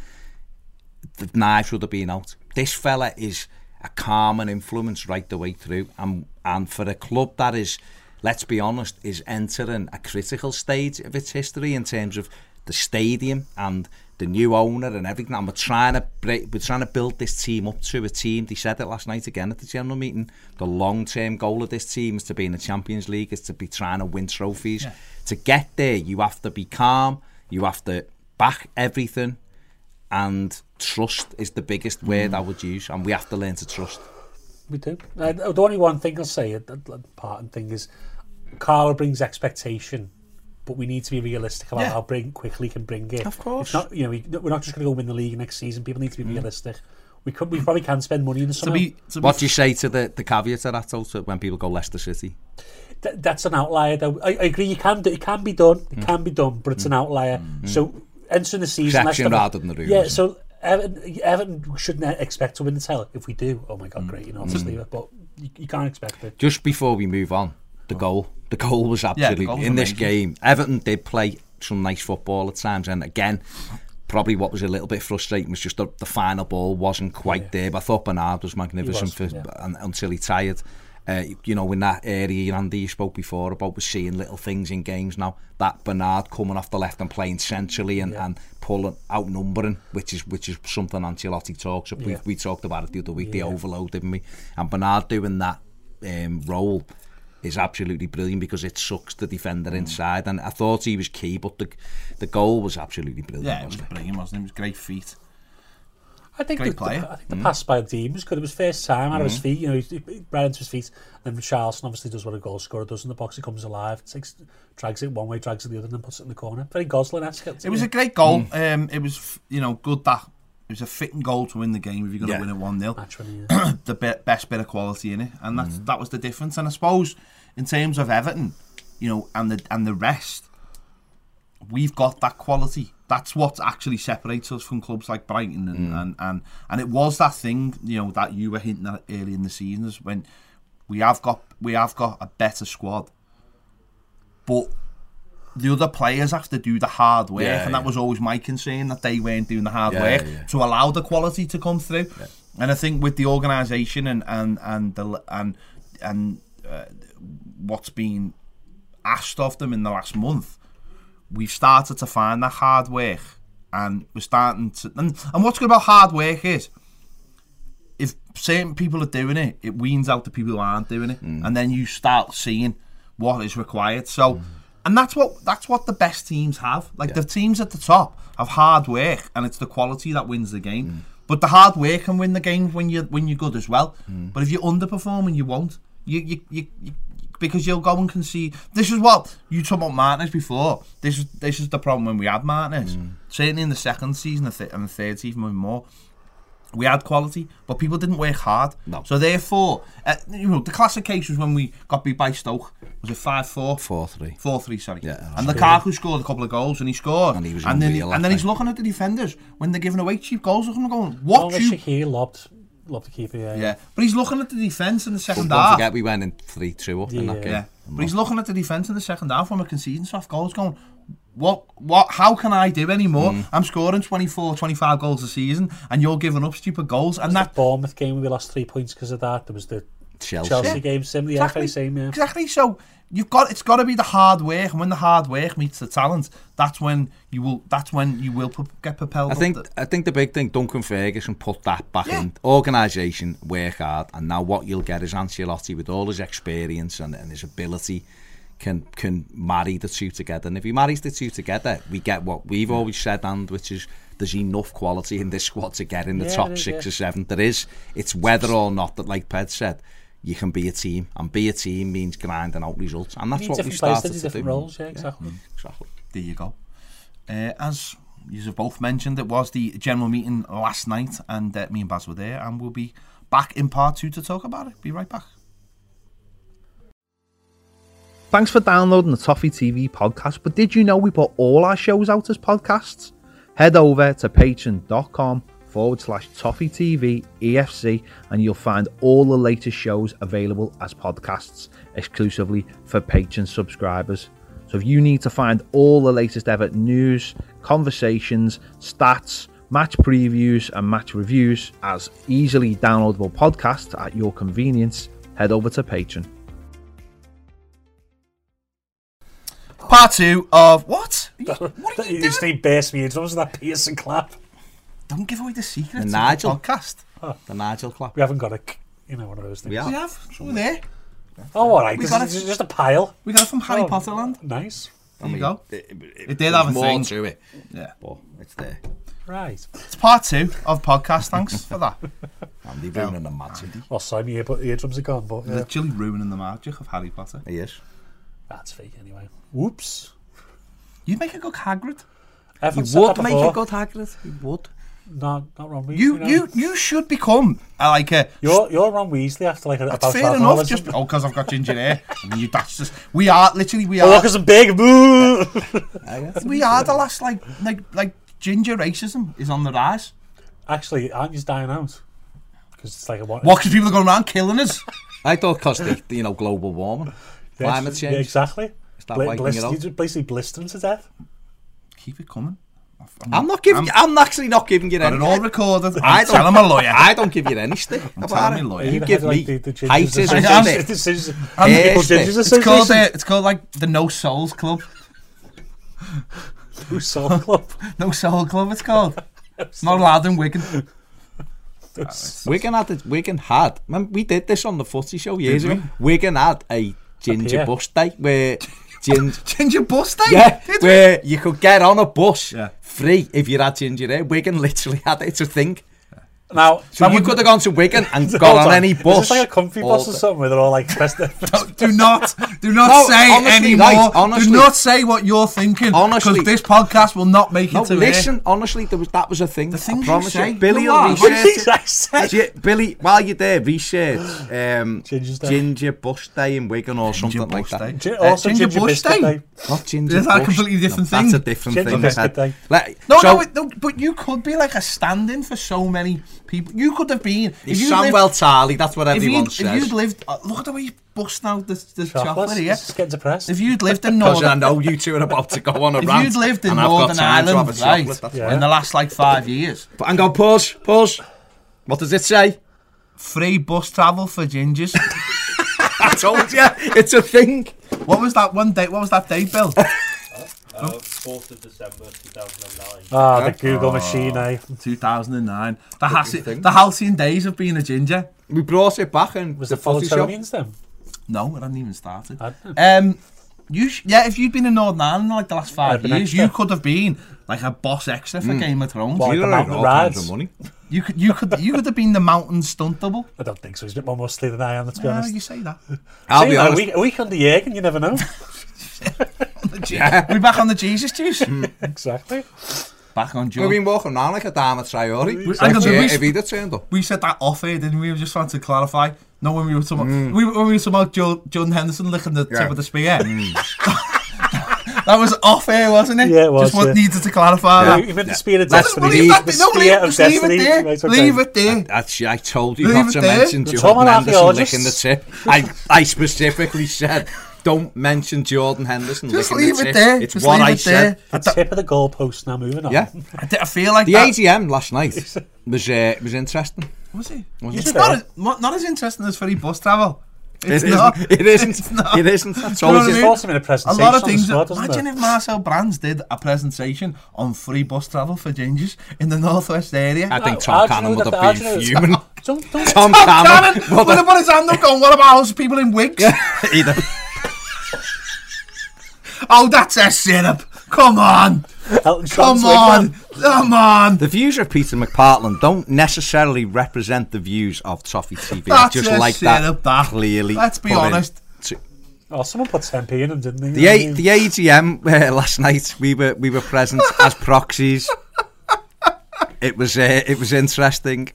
the knives would have been out. This fella is a calming influence right the way through, and and for a club that is, let's be honest, is entering a critical stage of its history in terms of the stadium and the new owner and everything. And we're trying to break, we're trying to build this team up to a team. They said it last night again at the general meeting. The long term goal of this team is to be in the Champions League, is to be trying to win trophies. To get there, you have to be calm. You have to back everything and trust is the biggest word I would use, and we have to learn to trust.
We do. Uh, the only one thing I'll say, uh, the parting thing is, Carlo brings expectation, but we need to be realistic about
Yeah.
how bring quickly can bring it.
Of course. Mm.
it's not you know we, we're not just going to go win the league next season. People need to be realistic. We could we probably can spend money in the
To
summer.
be, to be
What do you say to the, the caveat to that also when people go Leicester City?
Th- that's an outlier. Though I, I agree, you can do it can be done, it can be done, but it's an outlier. So entering the season,
Exception
Leicester-
rather than the rule,
Yeah,
isn't it?
so Everton, Everton shouldn't expect to win the title. If we do, oh my god, great, you know, obviously, but you, you can't expect it.
Just before we move on, the goal. The goal was
the
absolutely
goal was
in this
amazing.
game. Everton did play some nice football at times, and again, probably what was a little bit frustrating was just the, the final ball wasn't quite there. But I thought Bernard was magnificent
He was,
for,
yeah.
un, until he tired. Uh, you know, in that area, Andy, you spoke before about was seeing little things in games now. That Bernard coming off the left and playing centrally and,
Yeah.
and pulling outnumbering, which is which is something Ancelotti talks about. We,
Yeah.
we talked about it the other week, the
Yeah.
overload, didn't we? And Bernard doing that um, role is absolutely brilliant because it sucks the defender
Mm.
inside. And I thought he was key, but the the goal was absolutely brilliant.
yeah, it was
wasn't it?
brilliant, wasn't it? It was great feat.
I think
Great
the,
player.
The, I think the pass by Dean was good. It was first time out of his feet. You know, he, he right into his feet. And then Charleston obviously does what a goal scorer does in the box. He comes alive, takes, drags it one way, drags it the other, and then puts it in the corner. Very Gosling-esque.
It was a great goal. Um, it was, f- you know, good that it was a fitting goal to win the game if you're going to
Yeah.
win it one 0
match winner. yeah.
the be- best bit of quality in it,
Mm-hmm.
and that's that was the difference. And I suppose in terms of Everton, you know, and the and the rest,
we've got that quality. That's what actually separates us from clubs like Brighton, and
Mm.
and, and and it was that thing you know that you were hinting at early in the season is when we have got we have got a better squad, but the other players have to do the hard work,
Yeah,
and that
yeah.
was always my concern that they weren't doing the hard
Yeah,
work
yeah, yeah.
to allow the quality to come through. And I think with the organisation and and and the and and uh, what's been asked of them in the last month, we've started to find that hard work, and we're starting to. And, and what's good about hard work is, if certain people are doing it, it weans out the people who aren't doing it, and then you start seeing what is required. So, and that's what that's what the best teams have. Like the teams at the top have hard work, and it's the quality that wins the game. But the hard work can win the game when you when you're good as well. But if you're underperforming, you won't. You you you. you because you'll go and concede. This is what you talked about Martinez before. This is this is the problem when we had Martinez. Certainly in the second season and the thi- and the third season, even more we had quality, but people didn't work hard.
No.
So therefore, uh, you know, the classic case was when we got beat by Stoke. Was it five four?
Four three.
Four three, sorry.
Yeah,
and Lukaku scored a couple of goals, and he scored.
And he was
then,
unreal,
and then
I
he's
think.
looking at the defenders when they're giving away cheap goals. Looking and going,
Long
what
as
you?
Shakir lobbed, lobbed the keeper, yeah.
Yeah, but he's looking at the defense in the second
Don't
half.
forget we went in three two up in that
Yeah.
game.
Yeah, but he's looking at the defense in the second half when we're conceding soft goals, going, "What? What? How can I do anymore?
Mm.
I'm scoring 24, 25 goals a season, and you're giving up stupid goals." And that
Bournemouth game, we lost three points because of that. There was the
Chelsea.
Chelsea
Yeah.
game, same, yeah,
exactly,
very same, yeah.
exactly. So you've got it's got to be the hard work, and when the hard work meets the talent, that's when you will. That's when you will pro- get propelled.
I
up
think
the-
I think the big thing Duncan Ferguson put that back
Yeah.
in organisation work hard and now what you'll get is Ancelotti with all his experience and, and his ability can can marry the two together and if he marries the two together we get what we've always said and which is there's enough quality in this squad to get in the
Yeah,
top
there is,
six
yeah.
or seven there is it's whether or not that like Ped said you can be a team and be a team means grinding out results and that's
need
what we
different players to
started
do
to do
different roles, yeah, exactly.
exactly
there you go. Uh, as you have both mentioned, it was the general meeting last night, and uh, me and Baz were there, and we'll be back in part two to talk about it. Be right back. Thanks for downloading the Toffee TV podcast. But did you know we put all our shows out as podcasts? Head over to patreon.com forward slash Toffee TV EFC and you'll find all the latest shows available as podcasts exclusively for patron subscribers. So if you need to find all the latest ever news, conversations, stats, match previews, and match reviews as easily downloadable podcasts at your convenience, head over to Patreon. Part two of what? Are you- what are you
You
doing?
stay burst me into was that Pearson clap.
Don't give away the secrets.
And
of the
Nigel.
podcast.
the Nigel clap
We haven't got a, c- you know, one of those things.
We
we are
have. It's all there.
Oh, all right. This
got
is
it.
just a pile.
We got it from Harry
Oh,
Potter land.
Nice.
There you
mean,
go.
It, it-
It did have
there's
a
more
thing.
to it.
Yeah.
But it's there.
Right.
It's part two of podcast. Thanks for that.
Andy ruining the magic.
Well, sorry, my ear, but eardrums are gone, but uh, yeah.
Literally ruining the magic of Harry Potter.
He is.
that's fake anyway. Whoops.
You'd make a good Hagrid.
I've
He
said
would
that
make
before.
a good Hagrid. He would.
No, not Ron Weasley.
You
no.
you you should become uh, like a.
You're, you're Ron Weasley after like a,
That's
about
fair enough. Just oh, because I've got ginger hair. and you, that's just we are literally we are
because I'm big. Boo!
we are the last like like like ginger racism is on the rise.
Actually, aren't you dying out? Because it's like a one.
What? Because people are going around killing us.
I thought because the you know global warming,
Yeah, it's-
climate change.
Yeah, exactly.
Start
Bla-
wiping it
blist-
out.
you just basically blistering to death.
Keep it coming.
I'm not giving. I'm, I'm actually not giving you
Got it
any.
all recorded.
I
I'm
don't-
telling my lawyer.
I don't give you any stick. about
telling
it.
me, lawyer.
You
Even
Even
give
had, like,
me
the- the
height
Gingers
Association.
is on
Hey,
it.
This is-
Hair
People's
stick.
Gingers
It's called
Association.
uh, it's called like the No Souls Club.
Blue Soul Club.
No Soul Club. It's called. It's not allowed in Wigan.
Wigan had. it- Wigan had. Man, we did this on the footy show years ago. Wigan had a ginger
Appear.
bus day where ginger.
Ginger bus day.
Yeah,
Did we?
where you could get on a bus
Yeah.
eh? free if you had ginger hair. Wigan literally had it. It's a thing.
Now,
So
that
you
would-
could have gone to Wigan and
Hold
gone on any
Is this
bus.
like a comfy
all
bus or
day.
something where they're all like pressed up?
Do not, do not
No,
say
honestly,
anymore.
right, honestly.
do not say what you're thinking.
Honestly.
because this podcast will not make it
No,
to
listen, honestly, there was, that was a thing. The
things
I
you
promise
say,
you. Billy
you
will
are.
research it.
I said?
Do you- Billy, while you're there, research um,
Ginger's Day.
Ginger Bush Day in Wigan or something like
Bush
that.
Day.
Gi- Also,
Ginger
ginger,
Bush
biscuit eh?
Day.
day.
Not Ginger
Is that a
Bush.
completely different
No,
thing?
That's a different
Ginger
thing.
biscuit day.
Let,
No,
so,
no, it- no, but you could be like a stand-in for so many people. You could have been if
It's
you
Samuel
lived,
Tarly, that's what
if
everyone
you'd, if
says.
you'd lived. Uh, look at the way you're busting out the, the chocolate
Chocolates.
here.
It's just getting depressed.
If you'd lived in
Because I
northern,
know you two are about to go on a
if
rant.
you'd lived in
and I've got
Northern
time to have a
Ireland,
chocolate,
right,
that's
Yeah.
in the last like five years,
But hang on, pause, pause. What does it say?
free bus travel for gingers.
I told you, it's a thing.
what was that one date? What was that date, Bill?
Fourth of December, two thousand and nine.
Ah, the Google machine, eh?
Oh.
2009. The, Hassi-
think?
the halcyon days of being a ginger.
We brought it back and
Was
the
the
footy shop.
Fultonians then?
No, it hadn't even started.
I don't
Um, you sh- yeah, if you'd been in Northern Ireland like the last
I'd
five
been
years,
extra.
you could have been like a boss extra for Game of Thrones.
What?
You don't
Like the
have all
mountain
kinds
rides.
of money.
You could, you could, you could have been the mountain stunt double.
I don't think so. He's a bit more muscly than I am, let's be
Yeah,
honest.
you say that.
I'll
See,
be
man,
honest.
A week, a week under Jürgen, you never know.
We're back on the Jesus juice.
exactly.
back on
We've
Joe.
been walking around like a damn Traore.
We- hang on, did we-
if he'd have turned up.
We said that off air, didn't we? We just wanted to clarify. No, when we were talking, we, when we were talking about Joe, John Henderson licking the
Yeah.
tip of the spear. that was off air, wasn't it?
Yeah, it was,
Just want-
yeah.
needed to clarify
Yeah.
that.
You meant the spear of
Let's
destiny.
leave that-
the
no,
spear
leave,
of
just leave
destiny.
it there.
Right, okay.
Leave it there.
Actually, I told you
Leave
not
it
to
there.
mention
You're
Jordan
talking
Henderson
archaeologists.
licking the tip. I, I specifically said, don't mention Jordan Henderson
Just
licking
leave
the tip.
it there.
It's
Just
what
leave
I
it
said.
there.
The tip of the goalpost now moving on.
Yeah.
I, d- I feel like
The
that.
AGM last night was uh, was interesting.
Was it?
it?
It's not, as, mo- not as interesting as free bus travel. It's
It
not.
isn't. It isn't.
It's not.
It isn't. That's
You know
all
what I
it
It's
is.
mean?
forcing him in a
A
presentation.
lot of things.
as well, doesn't
imagine
it?
if Marcel Brands did a presentation on free bus travel for gingers in the northwest area.
I think
How-
Tom
how
Cannon
do you know
would
that-
have
how do you
been
know-
fuming.
Don't, don't,
Tom
Cannon
Cannon would
would have put his hand up going, what about those people in wigs?
have either.
oh, that's a syrup. Come on.
Elton John's
Come
wig
on.
man.
Come on.
The views of Peter McPartland don't necessarily represent the views of Toffee TV.
That's
just
a
like
syrup,
that,
that.
clearly.
Let's be
put in
honest.
to-
Oh, someone put 10p in him, didn't they?
The, a- the AGM uh, last night, we were we were present as proxies. It was uh, it was interesting.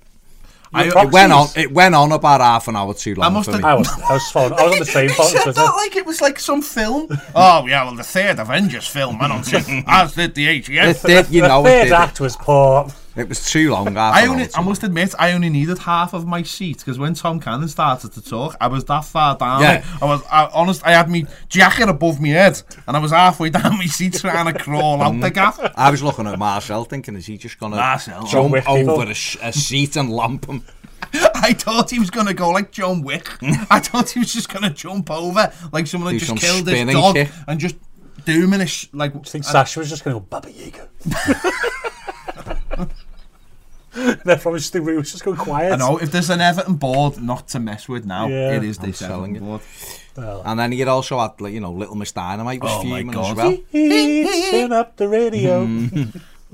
I,
It went on it went on about half an hour too long
must
for
have-
me.
I was, I was, following, I was on the train
He
following
said
Twitter.
that like it was like some film. oh yeah, well the third Avengers film went on to, as did the
It
AGS.
did, you
the
know, it
third
did.
act was poor.
It was too long. Half
I
an
only,
hour too
I
long.
must admit, I only needed half of my seat because when Tom Cannon started to talk, I was that far down.
Yeah.
I was I, honest. I had my jacket above my head, and I was halfway down my seat trying to crawl out the gap.
I was looking at Marcel, thinking, is he just gonna
Marcel.
jump
Whip people.
over a, sh- a seat and lamp him?
I thought he was going to go like John Wick. I thought he was just going to jump over like someone
Do
had just
some
killed his
spinning
dog
kick.
and just doom in a sh- like.
I think Sasha was just going to go, Baba Yaga. They're probably just, they were just going quiet.
I know if there's an Everton board not to mess with now,
Yeah.
it is this
selling
Everton
it.
board.
Well,
And then he'd also had, like, you know, Little Miss Dynamite was
Oh, my
fuming
God.
as well.
he's turn up the radio.
Hmm.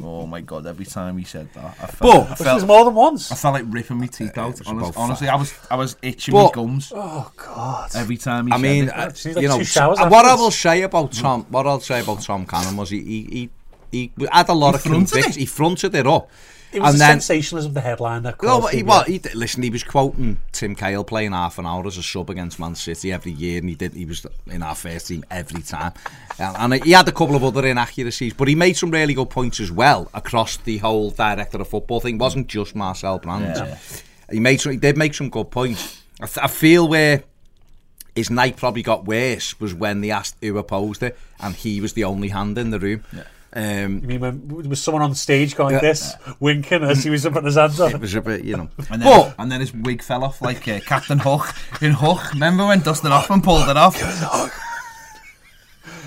Oh my god! Every time he said that, I felt,
But- Uh,
I
Which was
felt,
more than once.
I felt like ripping my teeth out.
was
Honest,
about
honestly, I was, I was itching my
But-
gums
Oh, God.
every time he
I
said
mean,
it.
uh,
She's like
you know,
two showers
uh, what I
afterwards.
will say about Tom, what I'll say about Tom Cannon was he he he, he had a lot of
fronted
conviction.
it.
He fronted it up,
It was
and
the
then
sensationalism of the headline that
no,
caused
but he,
him,
well,
yeah.
he d- listen, he was quoting Tim Cahill playing half an hour as a sub against Man City every year, and he did. He was in our first team every time, and, and he had a couple of other inaccuracies, but he made some really good points as well across the whole director of football thing. It wasn't just Marcel Brands.
Yeah.
He made some, he did make some good points. I, th- I feel where his night probably got worse was when they asked who opposed it, and he was the only hand in the room. Um,
I mean, when there was someone on stage going like this, winking as he was putting his hands
it
up.
was a bit, you know.
And then,
But
and then his wig fell off like uh, Captain Hook in Hook. Remember when Dustin Hoffman pulled it off?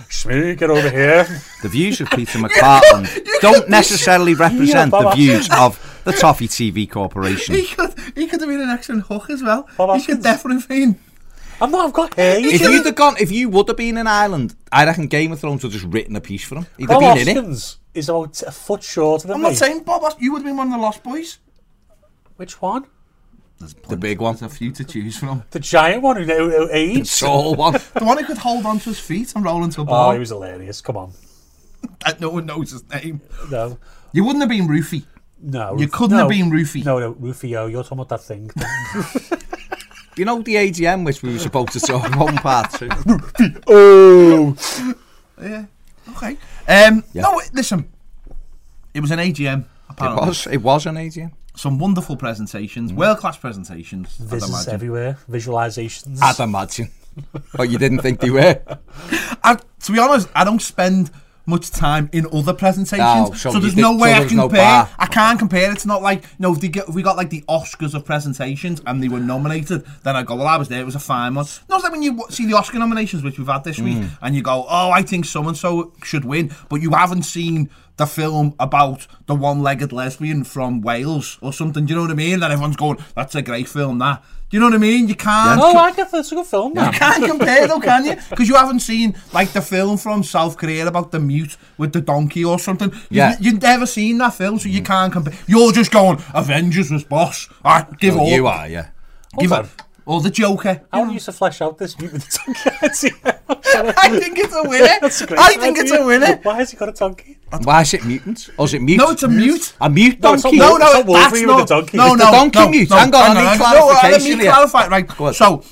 Shmee, get over here.
The views of Peter McPartland don't necessarily represent
Yeah,
the
Bob
views of the Toffee TV
He
Corporation.
could, he could have been an excellent hook as well.
Bob
he could
Hoskins.
definitely have been.
I'm not, I've got hair.
If you'd have gone, if you would have been in Ireland, I reckon Game of Thrones would have just written a piece for him. He'd have
Bob
been in it.
Hoskins is about a foot shorter than
I'm
me.
not saying Bob. Hos- You would have been one of the lost boys.
Which one?
There's plenty.
The big one.
There's a few to choose from.
The giant one who, who, who aged?
Tall one.
the one who could hold onto his feet and roll into a
Oh,
ball.
he was hilarious. Come on.
that no one knows his name.
No.
You wouldn't have been Roofy.
No.
You couldn't
no.
have been Roofy.
No, no, Rufio, you're talking about that thing.
You know the AGM which we were supposed to talk about in part two?
oh!
Yeah. Okay. Um,
Yeah.
No, listen. It was an AGM.
It
Apparently.
was, it was an AGM.
Some wonderful presentations, world class presentations. I'd
Visits
imagine.
everywhere, visualizations.
I'd imagine. But you didn't think they were.
I, to be honest, I don't spend much time in other presentations,
Oh,
so,
so
there's
you
no
did-
way
so
I
there was
can
no
compare.
bar.
I can't compare. It's not like no, if they get, if we got like the Oscars of presentations and they were nominated, then I go, well, I was there. It was a fine one. No, it's like when you w- see the Oscar nominations, which we've had this
Mm.
week, and you go, oh, I think so and so should win, but you haven't seen the film about the one-legged lesbian from Wales or something. Do you know what I mean? And everyone's going, that's a great film. That. Do you know what I mean? You can't.
oh, I get that's a good film. man.
can't compare though, can you? Because you haven't seen like the film from South Korea about the mute with the donkey or something. You've,
Yeah.
you've never seen that film, so you can't compare. You're just going Avengers was boss. I give all.
You are, yeah.
Give
Hold
up. Or the Joker.
Oh.
I want you to flesh out this meat with the donkey.
I think it's a winner.
That's a great
I think it's
idea.
a winner.
Why has he got a donkey?
Why is it mutants? Or is it mute?
No, it's a mute.
A mute
No, it's
donkey?
not
No,
Wolf- it's
no,
not Wolverine
that's
with
not.
the donkey.
No,
It's the
no,
donkey
no,
mute.
no,
Hang on, I need
No, let me
clarification here.
clarify. Right,
Go on.
so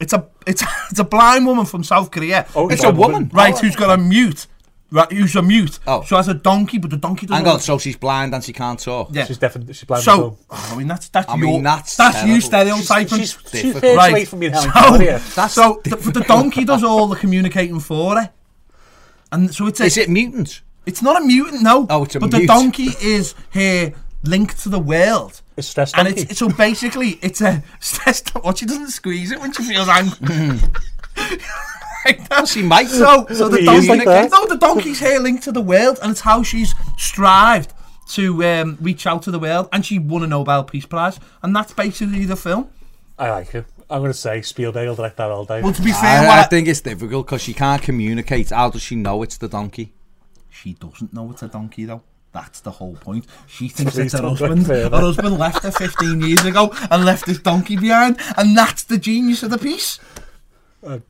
it's a it's a, it's a blind woman from South Korea.
Oh,
It's a woman.
Right, who's got a mute? Right, who's a mute?
Oh.
so has a donkey, but the donkey doesn't.
Hang on, so she's blind and she can't talk.
Yeah.
She's definitely she's blind.
So, oh, I mean, that's that's
I
your
mean, that's
you
terrible.
stereotyping.
she's two
difficult.
thirds
Right.
away from being Oh, Helen Claudia.
so, so the, but the donkey does all the communicating for her, and so it's a,
Is it mutants?
it's not a mutant, no.
Oh, it's a
but the
mute.
donkey is her link to the world.
A stress
and
donkey.
it's, so basically, it's a stress. What she doesn't squeeze it when she feels angry. Like that.
She might.
So, so the
Mm-hmm. He is
donkey,
like that.
no, the donkey's here linked to the world, and it's how she's strived to um, reach out to the world, and she won a Nobel Peace Prize, and that's basically the film.
I like her. I'm going to say Spielberg will direct that all day.
Well, to be fair,
I, I
what I-
think it's difficult because she can't communicate. How does she know it's the donkey?
she doesn't know it's a donkey though. That's the whole point. She thinks
Please
it's her
don't go
husband. Her
further.
husband left her 15 years ago and left this donkey behind, and that's the genius of the piece.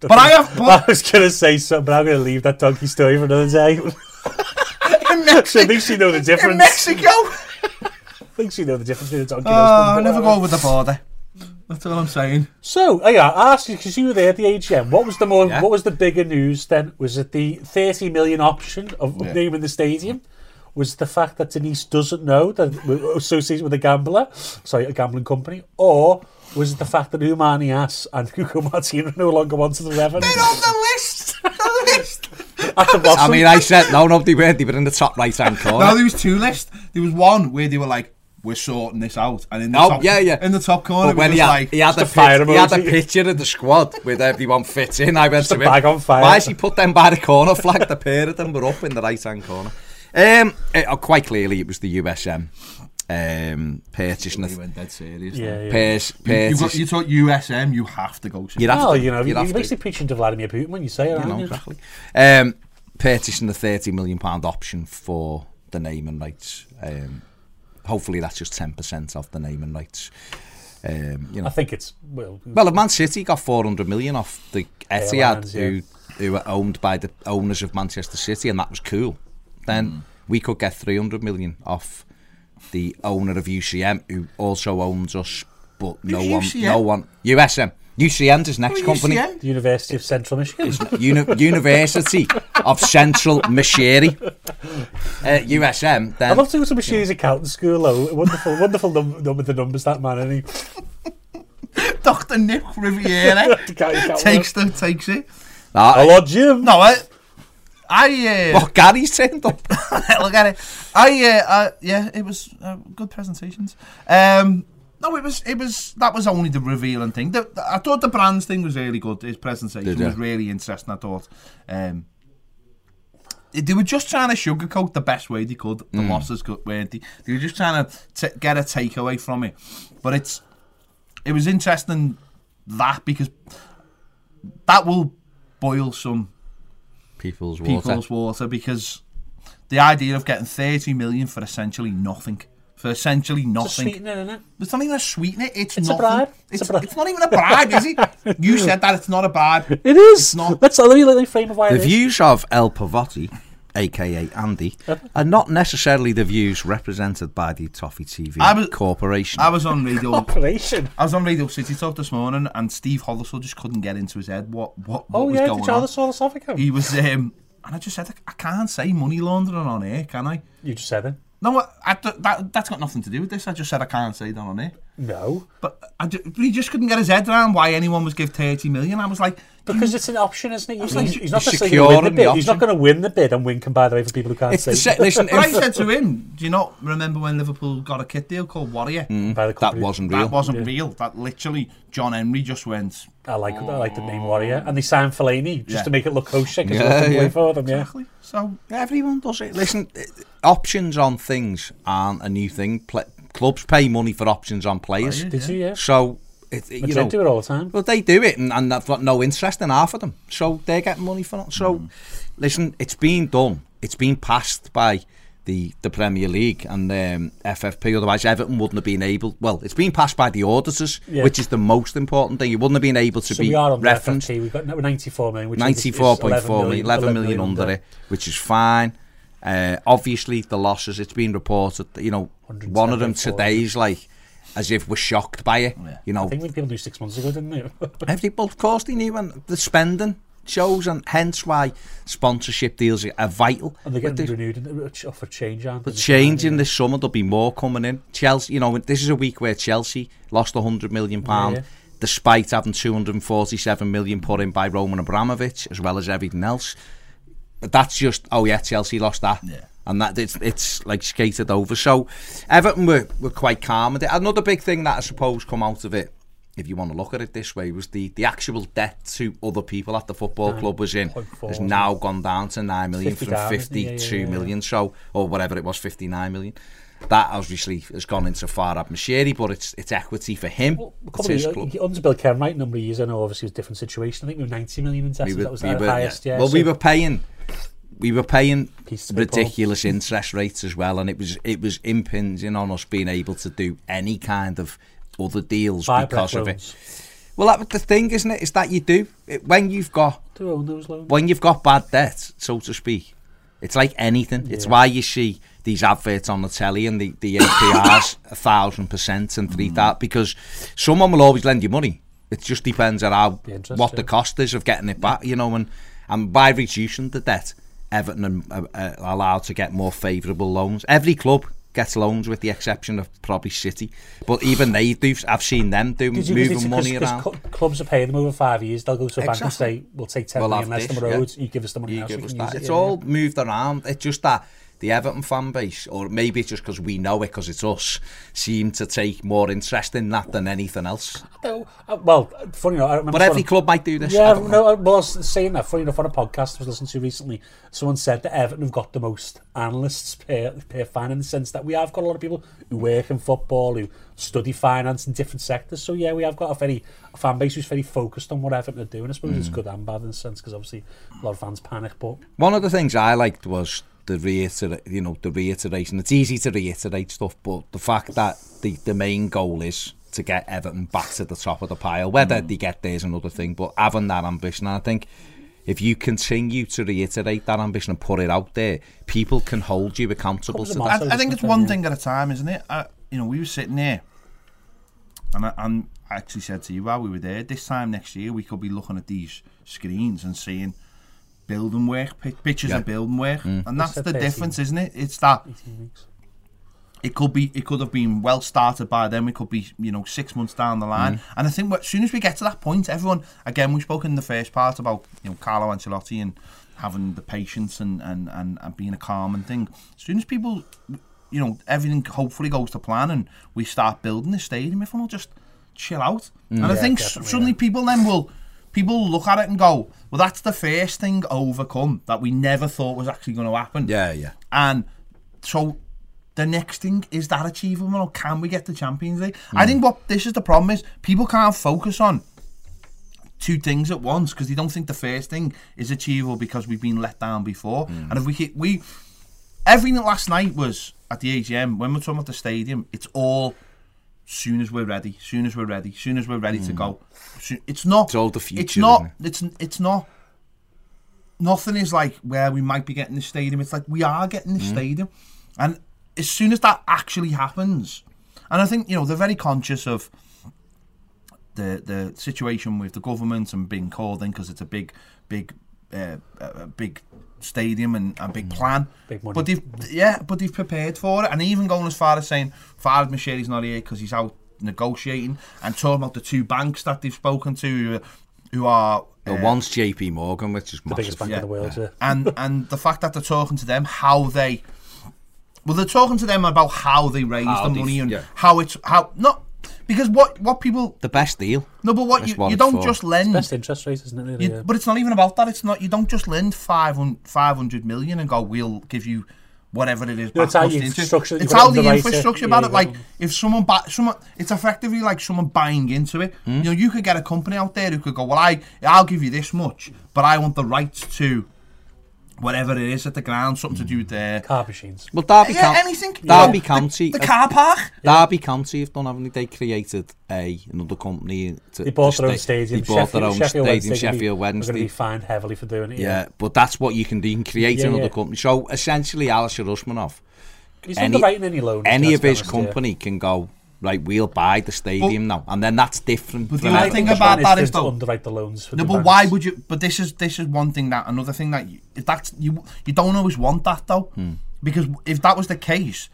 But I have,
I
but
was going to say something, but I'm going to leave that donkey story for another day.
in
At
Mexico,
least you know the
in
difference.
Mexico,
At least you know the difference between a donkey
oh, I
and a
never go over the border. That's all I'm saying.
So, oh I asked you because you were there at the AGM. What was the more?
Yeah.
What was the bigger news then? Was it the thirty million option of of
Yeah.
naming the stadium? Was it the fact that Denise doesn't know that we're associated with a gambler, sorry, a gambling company, or was it the fact that Umani Ass and Hugo Martin are no longer wanted the revenue
They're on the list. The list.
at the
I
bottom?
mean, I said no, no, they weren't. They were in the top right hand corner.
No, there was two lists. There was one where they were like, "We're sorting this out," and in the
Oh,
top,
yeah, yeah.
in the top corner,
But
it was
when he
just
had,
like,
he, had
Just
a
a fire
pic- he had a
emoji.
picture of the squad with everyone fit in, I went
Just a
to him.
bag on fire.
Why has he put them by the corner flag? The pair of them were up in the right hand corner. Um, eh, oh, quite clearly, it was the USM um, purchasing.
He
the
went dead serious.
yeah, yeah.
purchase,
You've got,
purchase.
you talk USM, you have to go. see
You'd
it.
have
Well,
to-
you know,
you'd
you're
have to.
basically preaching to Vladimir Putin when you say it,
you know,
aren't you?
exactly. Um, purchasing the thirty million pound option for the name and rights. Um, hopefully, that's just ten percent of the name and rights. Um, you
I
know,
think it's well.
well, if Man City got four hundred million off the Etihad,
Airlines,
who who were owned by the owners of Manchester City, and that was cool. Then we could get three hundred million off the owner of UCM, who also owns us, but no
Who's
one,
UCM?
no one, USM. UCM's his next
Who's
company.
UCM?
The University of Central Michigan.
Uni- University of Central Missouri, uh, USM.
I'd
Then
love to go to Machinery's accounting school, though. Wonderful, wonderful num- number the numbers that man, and he
Dr. Nick Riviera
You can't- Oh, you can't
takes the takes it.
Ah,
Hello, Jim.
No, I, I uh,
oh, Gary's turned up.
look at it. I, uh, I yeah, it was uh, good presentations. Um, no, it was it was that was only the revealing thing. The, the- I thought the brands thing was really good. His presentation
Did ya?
was really interesting. I thought. Um, they were just trying to sugarcoat the best way they could.
Hmm.
The losses could, weren't they? They were just trying to t- get a takeaway from it. But it's it was interesting that because that will boil some
People's water.
people's water because the idea of getting 30 million for essentially nothing for essentially
It's a
nothing.
sweetener, isn't it?
It's not even a sweetener. It's,
It's a
nothing.
bribe.
It's,
It's a bribe.
it's not even a bribe, is it? You said that it's not a bribe.
It is. It's
not.
not. That's let me let me frame of why
The
it is.
views of El Pavotti, aka Andy, are not necessarily the views represented by the Toffee TV
I was-
Corporation.
I was on radio.
Operation.
I was on Radio City Talk this morning, and Steve Hollisell just couldn't get into his head what what, what
Oh
was
yeah,
going
did you
on.
other saw this off account?
He was, um, and I just said, I can't say money laundering on air, can I?
You just said it.
No, I, I, that that's got nothing to do with this. I just said I can't say that on air.
No,
But, I ju- but he just couldn't get his head around why anyone was give 30 million. I was like,
because it's an option, isn't it? He's, he's, he's not
you're
necessarily going to win the
securing the
bid. He's
option.
not going to win the bid and win. By the way, for people who can't
it's
see,
the se- listen,
but I
if
said to him, do you not remember when Liverpool got a kit deal called Warrior?
by the
that
company.
wasn't
That
real.
wasn't real. That literally, John Henry just went,
I like I like the name Warrior, and they signed Fellaini just
Yeah.
to make it look kosher because
Oh. Yeah,
yeah, they
yeah.
yeah. for them. Yeah,
exactly. So,
Everyone does it. Listen, eh, options on things aren't a new thing. Pla clubs pay money for options on players,
Players,
did you? Yeah,
so it, it- you
Madrid
know.
do it all the time.
Well, they do it, and, and they've got no interest in half of them, so they're getting money for it. So,
Mm.
listen, it's been done. It's been passed by the the Premier League and um, FFP. Otherwise, Everton wouldn't have been able. Well, it's been passed by the auditors,
Yeah.
which is the most important thing. You wouldn't have been able to
So
be
we are on the
referenced.
FFP. We've got no- 94 million, which is- is
94.4 million, 11 million
million
under it, which is fine. Uh, obviously, the losses, it's been reported, that, you know, one of them
174.
today's like as if we're shocked by it.
Yeah.
You
I
know,
think we people do six months ago, didn't they?
Every, well, of course they knew, and the spending shows, and hence why sponsorship deals are vital.
and they're
But
getting
there's-
renewed in the, for change, aren't they?
but changing this summer, there'll be more coming in. Chelsea, you know, this is a week where Chelsea lost 100 million pound,
Yeah.
despite having 247 million put in by Roman Abramovich, as well as everything else. But that's just oh yeah, Chelsea lost that,
Yeah.
and that it's it's like skated over. So Everton were were quite calm. with it. Another big thing that I suppose come out of it, if you want to look at it this way, was the the actual debt to other people at the football club was in
point four,
has
wasn't it?
now gone down to nine million from
50,000, isn't it? Yeah, yeah,
52
yeah.
million, so or whatever it was, 59 million. That obviously has gone into Farhad Mashiri, but it's it's equity for him.
Well, a
it's
couple of
his
years,
club.
under Bill Kenwright, a number of years, I know obviously it was a different situation. I think we were 90 million in taxes, that was the
were-
highest, yeah.
Well,
so
we were paying, we were paying
Piece of paper.
ridiculous interest rates as well, and it was it was impinging on us being able to do any kind of other deals
Buyback
because of it.
loans.
Well, that was the thing, isn't it? Is that you do it, when you've got
Do own those loans.
when you've got bad debt, so to speak, it's like anything. It's
Yeah.
why you see these adverts on the telly and the, the APRs a thousand percent and
Mm.
three that because someone will always lend you money. It just depends on how
The interest,
what the
yeah.
cost is of getting it back, you know, and and by reducing the debt, Everton are, are allowed to get more favourable loans. Every club gets loans, with the exception of probably City, but even they do. I've seen them do
Did you-
moving
it's- 'cause-
money
'cause
around.
cl- Clubs are paying them over five years. They'll go to a bank and
Exactly.
say, "We'll take ten
We'll have
million less
this,
than
yeah.
road. You give us the money
You
now, so
give
we
us
can use
that.
it."
It's
Yeah,
all moved around. It's just that the Everton fan base, or maybe it's just because we know it because it's us, seem to take more interest in that than anything else.
yeah. No, uh, well, uh, funny enough, I remember.
But
someone-
every club might do this. I
Yeah,
don't know.
no, I was saying that. Funny enough, on a podcast I was listening to recently, someone said that Everton have got the most analysts per, per fan in the sense that we have got a lot of people who work in football, who study finance in different sectors. So, yeah, we have got a very a fan base who's very focused on what Everton are doing. I suppose
Mm.
it's good and bad in a sense because obviously a lot of fans panic, but
One of the things I liked was the reiterate, you know, the reiteration. It's easy to reiterate stuff, but the fact that the, the main goal is to get Everton back to the top of the pile. Whether
Mm.
they get there is another thing, but having that ambition, and I think if you continue to reiterate that ambition and put it out there, people can hold you accountable
Comes a
to
mile.
that.
So
I, I think
it's
it's
different,
one
yeah.
thing at a time, isn't it? I, you know, we were sitting there, and I, and I actually said to you while we were there, this time next year we could be looking at these screens and seeing building work, pi- pictures
Yeah.
of building work, and that's
said
the
13.
difference, isn't it? It's that
18 weeks.
it could be it could have been well started by then. We could be you know six months down the
Mm.
line, and I think what- as soon as we get to that point, everyone again we spoke in the first part about you know Carlo Ancelotti and having the patience and and and, and being a calm and thing. As soon as people you know everything hopefully goes to plan and we start building the stadium, everyone will just chill out, and I
Mm. Yeah,
think s-
definitely,
suddenly people then will. People will look at it and go, "Well, that's the first thing overcome that we never thought was actually going to happen."
Yeah, yeah.
And so the next thing is that achievable or can we get the Champions League? I think what this is the problem is people can't focus on two things at once because they don't think the first thing is achievable because we've been let down before. And if we keep, we everything last night was at the AGM, when we're talking about the stadium, it's all soon as we're ready, soon as we're ready, soon as we're ready to go. Soon, it's
Hmm.
not.
It's all the future,
It's not.
isn't
It's it's not. Nothing is like where we might be getting the stadium. It's like we are getting the
Hmm.
stadium, and as soon as that actually happens, and I think you know they're very conscious of the the situation with the government and being called in because it's a big big uh, a big stadium and a
Mm-hmm.
big plan.
Big money.
But they've yeah, but they've prepared for it, and even going as far as saying Farid Macheri's not here because he's out negotiating, and talking about the two banks that they've spoken to, who are- who are
Well, one's JP Morgan, which is
the
massive.
biggest bank in the world. Yeah.
and and the fact that they're talking to them, how they, well, they're talking to them about how they raise
How
the
they-
money and
yeah.
how it's how not because what what people
The best deal.
no, but what
That's
you,
what
you
it's
don't
for.
just lend
Best interest rate, isn't it? Really?
You-
yeah.
But it's not even about that. It's not. You don't just lend 500, 500 million and go, "We'll give you whatever it is."
No, it's
back
how
plus
you
the interest."
structure it,
It's
you've got
how the
underwrite it,
infrastructure
yeah,
about
you've
it.
got-
Like if someone, buy, someone, it's effectively like someone buying into it.
Hmm?
You know, you could get a company out there who could go, "Well, I, I'll give you this much, but I want the rights to whatever it is at the ground, something to do with their
Car machines.
Well, Derby,
yeah,
County,
anything."
Derby
you know, the-
County.
the,
uh,
car park.
Derby County have done, haven't they? They created a another company. To,
They bought
to
their own
stay-
stadium.
They bought
Sheffield,
their own stadium,
Sheffield Wednesday.
Sheffield
We're going to
Wednesday.
be fined heavily for doing it.
Yeah, but that's what you can do. You can create
Yeah,
another
yeah.
company. So essentially, Alisher Usmanov,
He's
any-
underwriting any loan.
any
let's
of
be
his
honest, yeah.
company can go right. We'll buy the stadium now, and then that's different.
But the
from
other
I
everything
thing
think the
else.
about
plan
that
to
is though-
underwrite the loans. For
No,
the
but
banks.
why would you? But this is this is one thing that another thing that you, if that's you you don't always want that though, because if that was the case,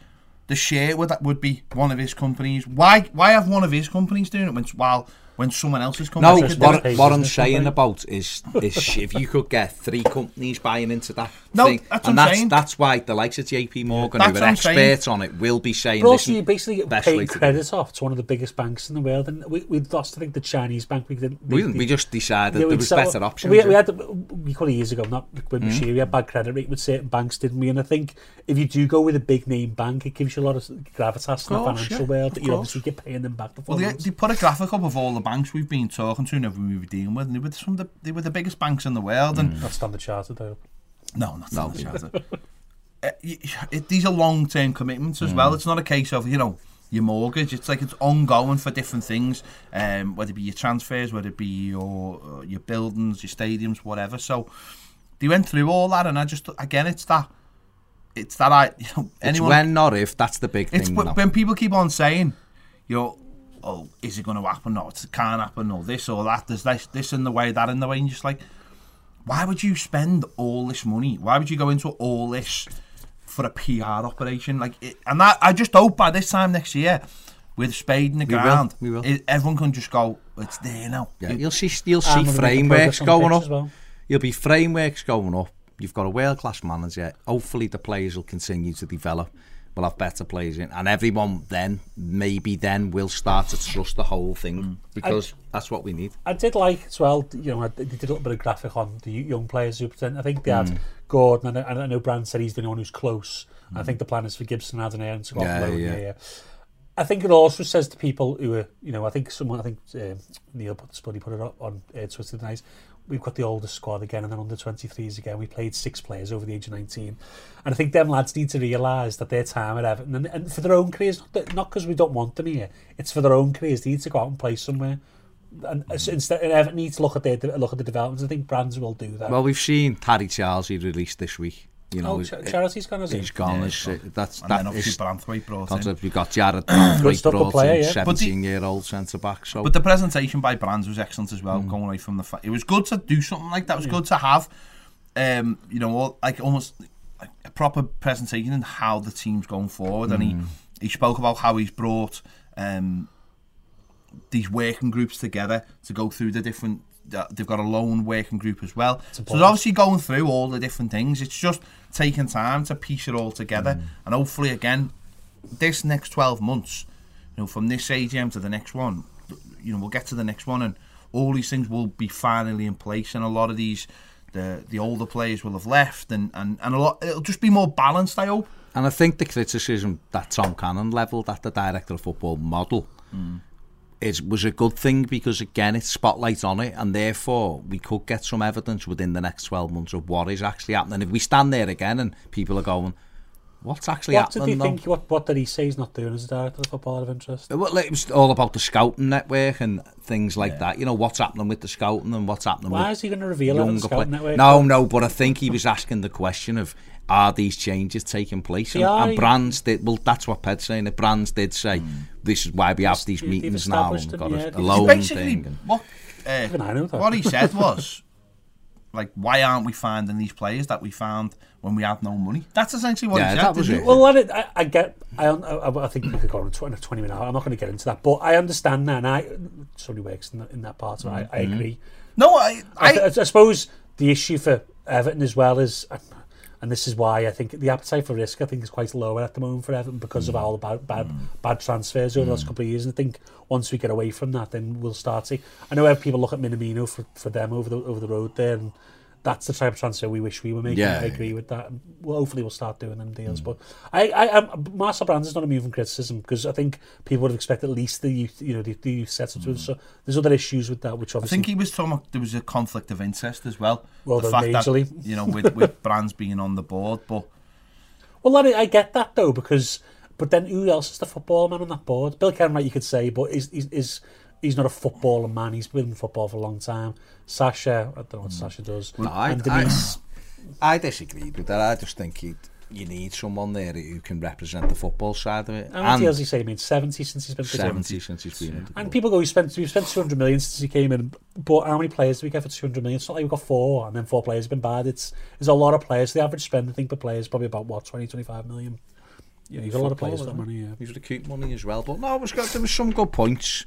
the share would that would be one of his companies. Why why have one of his companies doing it when while when someone else's
No,
company? could do
what,
it?
pages,
what I'm
isn't it,
saying
somebody?
about is, is if you could get three companies buying into that
No,
thing,
that's what I'm
and that's
saying.
that's why the likes of JP Morgan,
That's
who
what
are
I'm saying.
experts on it, will be saying
But
this.
also,
is
you basically get
best way
paid
to do it.
credit off to one of the biggest banks in the world, and we we lost. I think the Chinese bank. We didn't.
We, we just decided
Yeah,
there
we'd
was
settle-
better options. Mm-hmm.
We, we had we call it years ago, not when mm. we had bad credit rate with certain banks, didn't we? And I think if you do go with a big name bank, it gives you a lot of gravitas in the
course,
financial
yeah,
world
of
that you
course.
obviously get paying them back. The
Well,
full
they,
amount.
they put a graphic up of all the banks we've been talking to and everyone we were dealing with, and they were some of the they were the biggest banks in the world, and
not standard chartered though.
No, not
No.
no. Eh, it, these are long term commitments as
Mm.
well. It's not a case of you know your mortgage. It's like it's ongoing for different things, um, whether it be your transfers, whether it be your uh, your buildings, your stadiums, whatever. So they went through all that, and I just again, it's that, it's that I you know
it's
anyone
when, not if. That's the big
it's
thing.
when,
now.
when people keep on saying, you know, oh, is it going to happen? No, it can't happen. Or this or that. There's this, this in the way, that in the way. And you're just like, why would you spend all this money? Why would you go into all this for a PR operation? Like, it, and that I just hope by this time next year, with spade in the
will,
ground,
we will.
it- everyone can just go, it's there now.
Yeah,
It-
you'll see, you'll see
I'm gonna make a
frameworks
progress on the
going
pitch
up.
as well.
You'll be frameworks going up. You've got a world class manager. Hopefully, the players will continue to develop. We'll have better players in, and everyone then maybe then will start to trust the whole thing
Mm.
because that's what we need.
I did like as well, you know, I- they did a little bit of graphic on the young players who pretend. I think they
Hmm.
had Gordon, and I, and I know Brand said he's the only one who's close. I think the plan is for Gibson, Adonai, to go
Hmm. Yeah,
off loan.
yeah.
Yeah, yeah. I think it also says to people who are, you know, I think someone, I think um Neil put, Spuddy put it up on uh, Twitter tonight. We've got the oldest squad again, and then under 23s again. We played six players over the age of 19. And I think them lads need to realise that their time at Everton, and, and for their own careers, not because we don't want them here, it's for their own careers. They need to go out and play somewhere. And uh, so instead, and Everton need to look at their look at the developments. I think brands will do that.
Well, we've seen Tarry Charles he released this week. You know,
oh, cha- charity's gone, has it?
he's gone.
Yeah,
as,
he's
uh, that's
and then
that
obviously
is.
Branthwaite brought in.
You've got Jared Branthwaite
stuff, a
brought
player,
in,
yeah.
But the-
seventeen-year-old centre back. So
But the presentation by Brands was excellent as well, going away from the fact. It was good to do something like that. It was good to have, um, you know, all, like almost like a proper presentation and how the team's going forward. And he, he spoke about how he's brought um, these working groups together to go through the different. uh, They've got a lone working group as well. So they're
important.
obviously going through all the different things. It's just taking time to piece it all together. And hopefully, again, this next 12 months, you know, from this AGM to the next one, you know, we'll get to the next one and all these things will be finally in place and a lot of these the the older players will have left and and, and a lot it'll just be more balanced I hope.
And I think the criticism that Tom Cannon levelled at the director of football model
Hmm.
is was a good thing because again it's spotlight on it and therefore we could get some evidence within the next 12 months of what is actually happening. If we stand there again and people are going, what's actually
What did
happening now?
he think? What what did he say he's not doing as a director of football out of interest?
Well, it was all about the scouting network and things like that. You know what's happening with the scouting and what's happening
Why
with
is he going to reveal it on the
younger
Scout
play-
Network?
No, no, but I think he was asking the question of are these changes taking place? And,
They are,
and
he-
brands did. Well, that's what Ped's saying. The brands did say this is why we have these
they've
meetings now
established
and got
them, yeah,
a,
they've-
a
It's
loan
Basically,
thing. And,
what uh,
Even I know that.
what he said was, like, why aren't we finding these players that we found when we had no money? That's essentially what
Yeah,
he said.
that was
didn't
it.
Well, let it. I, I get. I, un- I, I- I think we could go on a 20, 20 minute hour. I'm not going to get into that, but I understand that. And I, Sonny works in that, in that part, and I, I agree.
he? No, I,
I,
I,
th- I suppose the issue for Everton as well is, and this is why I think the appetite for risk I think is quite low at the moment for Everton because of all the bad bad, bad transfers over the last couple of years. And I think once we get away from that, then we'll start to. I know people look at Minamino for, for them over the over the road there, and that's the type of transfer we wish we were making.
Yeah,
I
yeah.
agree with that. And Well, hopefully we'll start doing them deals. But I, I, I Marcel Brands is not immune from criticism because I think people would have expected at least the youth, you know, the, the youth setup. to So there's other issues with that, which
I
obviously
think he was talking about there was a conflict of interest as well.
Well,
the
then,
fact that
majorly.
you know with, with brands being on the board, but
Well, that, I get that though because, but then who else is the football man on that board? Bill Kenwright, you could say, but is is is he's not a footballer man. He's been in football for a long time. Sasha, I don't know what Sasha does.
No, I,
and
I,
Denise,
I disagreed with that. I just think you, you need someone there who can represent the football side of it.
how many deals
and
he say he made seventy since he's been to
70 since he's been in. the
And
club.
people go, we spent we spent two hundred million since he came in, but how many players do we get for two hundred million? It's not like we've got four and then four players have been bad. It's there's a lot of players. The average spend I think per player is probably about what 20, 25 million. Yeah, you've got a lot of players for that
Football,
money. Yeah.
He's recruit money as well. But no, it was good. There was some good points.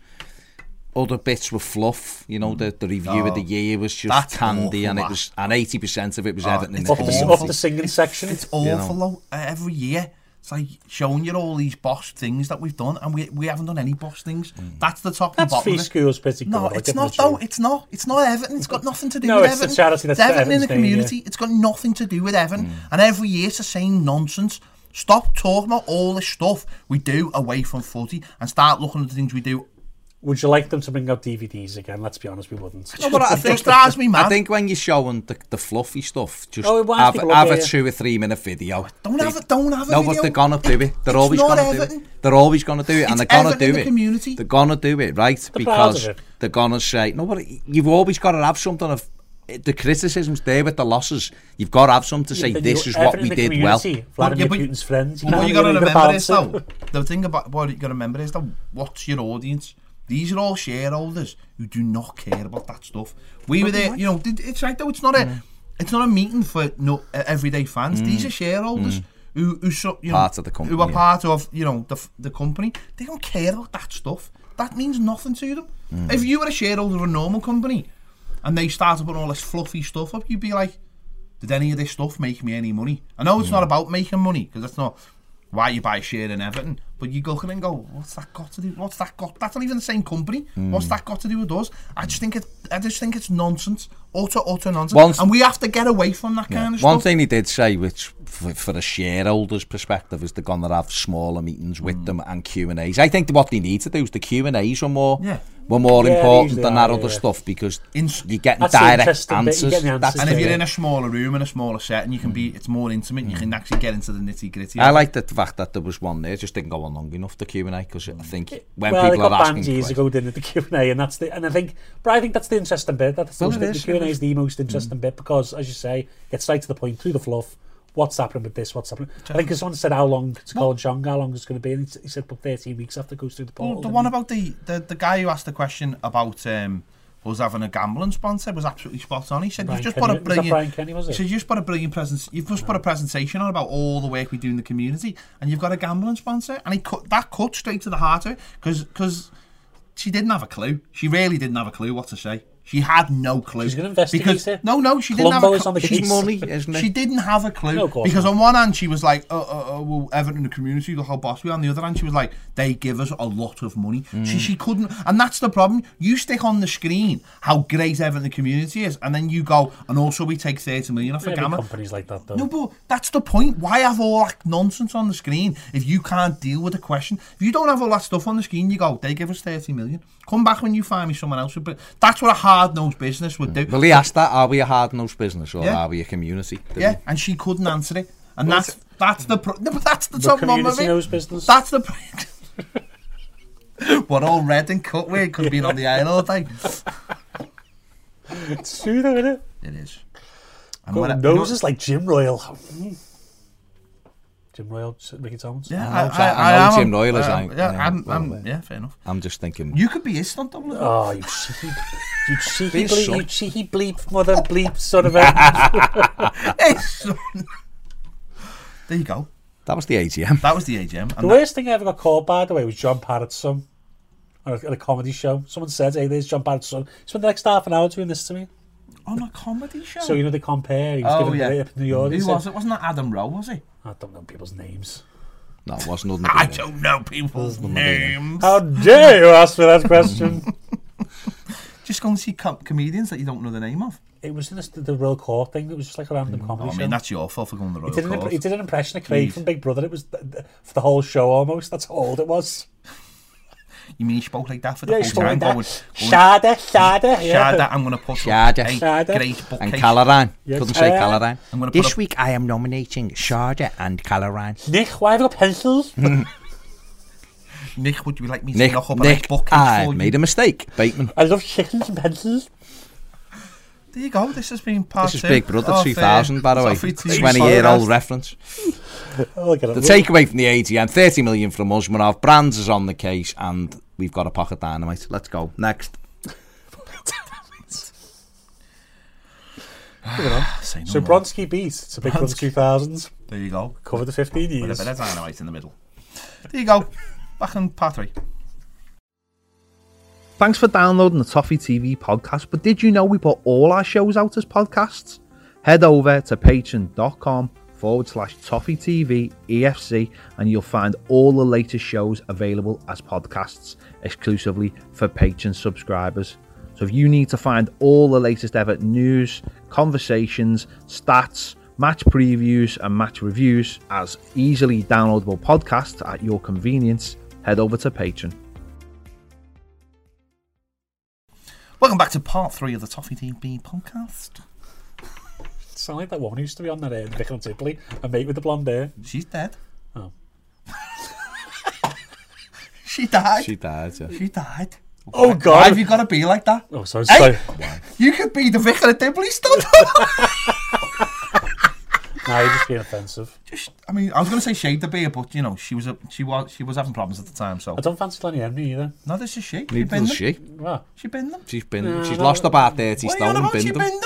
Other bits were fluff. You know, the, the review of the year was just
Oh, that's
candy,
awful,
and it
that. Oh,
was and eighty percent of it was Everton. in
it's
the
Up the,
awful.
penalty.
up the singing section.
it's awful though. Uh, every year. It's like showing you all these boss things that we've done, and we, we haven't done any boss things.
Mm.
That's the top and
That's
bottom.
free
of it.
school's pretty good.
No,
I'll give
it's
them a
not though.
try.
It's not. It's not Everton. It's got nothing to do
No,
with
it's the
Everton.
charity that's
it's Everton
Everton's
in the
doing, yeah.
community. It's got nothing to do with
Mm.
Everton. And every year it's the same nonsense. Stop talking about all this stuff we do away from footy and start looking at the things we do.
Would you like them to bring out DVDs again? Let's be honest, we wouldn't.
No, but I
It
think
just drives me mad.
I think when you're showing the, the fluffy stuff, just
Oh, it winds
have,
people up,
have
yeah,
a
yeah.
two or three minute video.
Don't have it. Don't have it.
No, but they're gonna do it. They're
it's
always
not
gonna do
Everton.
it. They're always gonna do it,
It's
and they're gonna
Everton
do
in the
it.
community.
They're gonna do it, right?
proud of
because
it.
they're gonna say, no, but you've always got to have something of the criticisms there with the losses. You've got to have something to say.
Then
this
you-
is what
Everton
we
in the
did well.
community, Vladimir
yeah, but-
Putin's friends.
Well, what
can't
you got to
really
remember is
balance it.
though the thing about what you got to remember is that what's your audience? These are all shareholders who do not care about that stuff. We were there, you know. did- It's right though. It's not a,
Mm.
it's not a meeting for no uh, everyday fans. These are shareholders who who so, you know,
Mm. Part of the company,
who are
yeah.
part of you know the f- the company. They don't care about that stuff. That means nothing to them.
Mm.
If you were a shareholder of a normal company, and they started putting all this fluffy stuff up, you'd be like, did any of this stuff make me any money? I know it's not
Hmm.
about making money because that's not why you buy a share in Everton, but you look at it and go, what's that got to do? What's that got? That's not even the same company.
Hmm.
What's that got to do with us? I just think it. I just think it's nonsense, utter utter nonsense,
Once-
and we have to get away from that kind of
One
stuff.
thing he did say, which for, for a shareholders' perspective, is they're going to have smaller meetings with
Mm.
them and Q and A's. I think what they need to do is the Q and A's were more
Yeah.
were more
Yeah, they
important
usually
than that
are,
other
yeah.
stuff because
In-
you're getting
That's the
direct
interesting bit, you're
answers.
getting the
That's
answers,
and if
yeah.
you're in a smaller room in a smaller setting, you can be. It's more intimate. You can actually get into the nitty gritty.
Hmm. I like the fact that there was one there, it just didn't go on long enough, the Q&A, because I think when
well,
people
they got
are asking
banned years
questions...
ago, didn't they, the Q and A, and that's the and I think, but I think that's the interesting bit. That's the
Well,
most-
it
the
is,
Q and A
it
is the most interesting bit because, as you say, it's right to the point through the fluff. What's happening with this? What's happening? I think 'cause someone said how long to Colin Chong, how long it's going to be, and he s- he said, "But 13 weeks after it goes through the portal."
Well, the
didn't
one
he?
about the, the, the guy who asked the question about um, us having a gambling sponsor was absolutely spot on. He said,
Brian
"You've just
Kenny-
put a
was that
brilliant."
Brian Kenny, was
he
it?
said, "You've just put a brilliant presence. You've just put a presentation on about all the work we do in the community, and you've got a gambling sponsor." And he cut that cut straight to the heart of it because she didn't have a clue. She really didn't have a clue what to say. She had no clue.
She's gonna investigate
because,
it.
No, no, she didn't have
Columbo
a
is
clue.
on the
She-
It's money, isn't it?
she didn't have a clue
No, of course
because
not.
on one hand she was like, "Oh, oh, oh well, Everton in the community, look how boss we are." On the other hand, she was like, "They give us a lot of money."
Mm.
She she couldn't, and that's the problem. You stick on the screen how great Everton in the community is, and then you go, and also we take thirty million off a
Maybe
gamma.
companies like that though.
No, but that's the point. Why have all that nonsense on the screen if you can't deal with the question? If you don't have all that stuff on the screen, you go, "They give us thirty million. Come back when you find me someone else." But that's what a hard nosed business would do.
Mm.
Well, he asked that, are we a hard-nosed business or
Yeah.
are we a community? Didn't
Yeah, and she couldn't answer it. And that's That's the pro- no, but that's the,
The
top problem of
community
it.
knows business.
That's the. Pro- We're all red and cut. We could have been on the aisle all day.
It's true though, isn't it?
It is. And
Got
when I- you know-
noses like Jim Royal. Mm. Jim Royal, Ricky Thomas.
Yeah,
I know, I know
am-
Jim Royle is
I-
out,
Yeah,
you know,
I'm,
well,
I'm,
but-
yeah, fair enough.
I'm just thinking.
You could be his stunt double.
Oh, you cheeky, you cheeky
Being
bleep,
shot.
you cheeky bleep, mother bleep, son of a.
there you go.
That was the AGM.
That was the AGM.
the
And that,
worst thing I ever got called, by the way, was John Parrott's son at a, at a comedy show. Someone said, "Hey, there's John Parrott's son." He spent the next half an hour doing this to me.
on a comedy show.
So you know they compare. He was
oh
giving
yeah.
it up in the audience.
Who was it? Wasn't that Adam Rowe? Was he?
I don't know people's names.
No, it wasn't. nothing to
I
do.
don't know people's names.
How dare you ask me that question?
Just go and see com- comedians that you don't know the name of.
it was in this, the, the real court thing. It was just like a random comedy
Oh, I
show.
mean, that's your fault for going to the
He did,
Royal
an,
Court.
he did an impression of Craig
Jeez.
from Big Brother. It was th- th- for the whole show almost. That's how old it was.
You mean he spoke like that for the
Yeah, he
whole
spoke
time?
like
Going,
that.
going,
Shada, Shada.
Shada,
Yeah.
I'm going to put
Shada.
up a
Shada.
great bookcase.
And Callaran.
Yeah,
Couldn't say
Callaran.
Callaran.
I'm gonna put
This
up-
week I am nominating Sharda and Callaran.
Nick, why have you got pencils?
Hmm. Nick, would you like me to
Nick,
knock up a
Nick,
bookcase
I
for you?
made a mistake. Bateman.
I love chickens and pencils.
There you go. This has been part
This is
two
Big Brother
of, uh,
2000, by the way.
Toffee Tea
20 year
Podcast.
old reference.
Oh, look at it.
The takeaway from the AGM 30 million from us. We're off. Brands nou, is on the case, and we've got a pocket dynamite. Let's go. Next.
Ah, Say no
so
more.
Bronski beat. It's a Big Brother 2000s.
There you go.
Cover the 15
With a
years.
bit of dynamite in the middle. There you go. Back in part three.
Thanks for downloading the Toffee TV podcast, but did you know we put all our shows out as podcasts? Head over to patreon.com forward slash Toffee TV EFC and you'll find all the latest shows available as podcasts exclusively for patron subscribers. So if you need to find all the latest ever news, conversations, stats, match previews, and match reviews as easily downloadable podcasts at your convenience, head over to Patreon.
Welcome back to part three of the Toffee TV podcast.
Sound like that woman who used to be on that air, Vic on Tipley, a mate with the blonde hair.
She's dead.
Oh.
she died. She,
She died. Yeah.
died.
Oh,
Why
God.
have you got to be like that?
Oh, sorry.
Hey!
sorry.
You could be the vicar of Dibley stuff.
No, you're just being offensive.
Just, I mean, I was going to say shade the beer, but you know, she was a, she was she was having problems at the time. So
I don't fancy Lenny Henry either. Ah,
no, this is she. She
Neither
been
does
them.
she.
Well,
She been them.
She's been. she's lost about 30
What are you on
stone.
about? She
Bindham.
been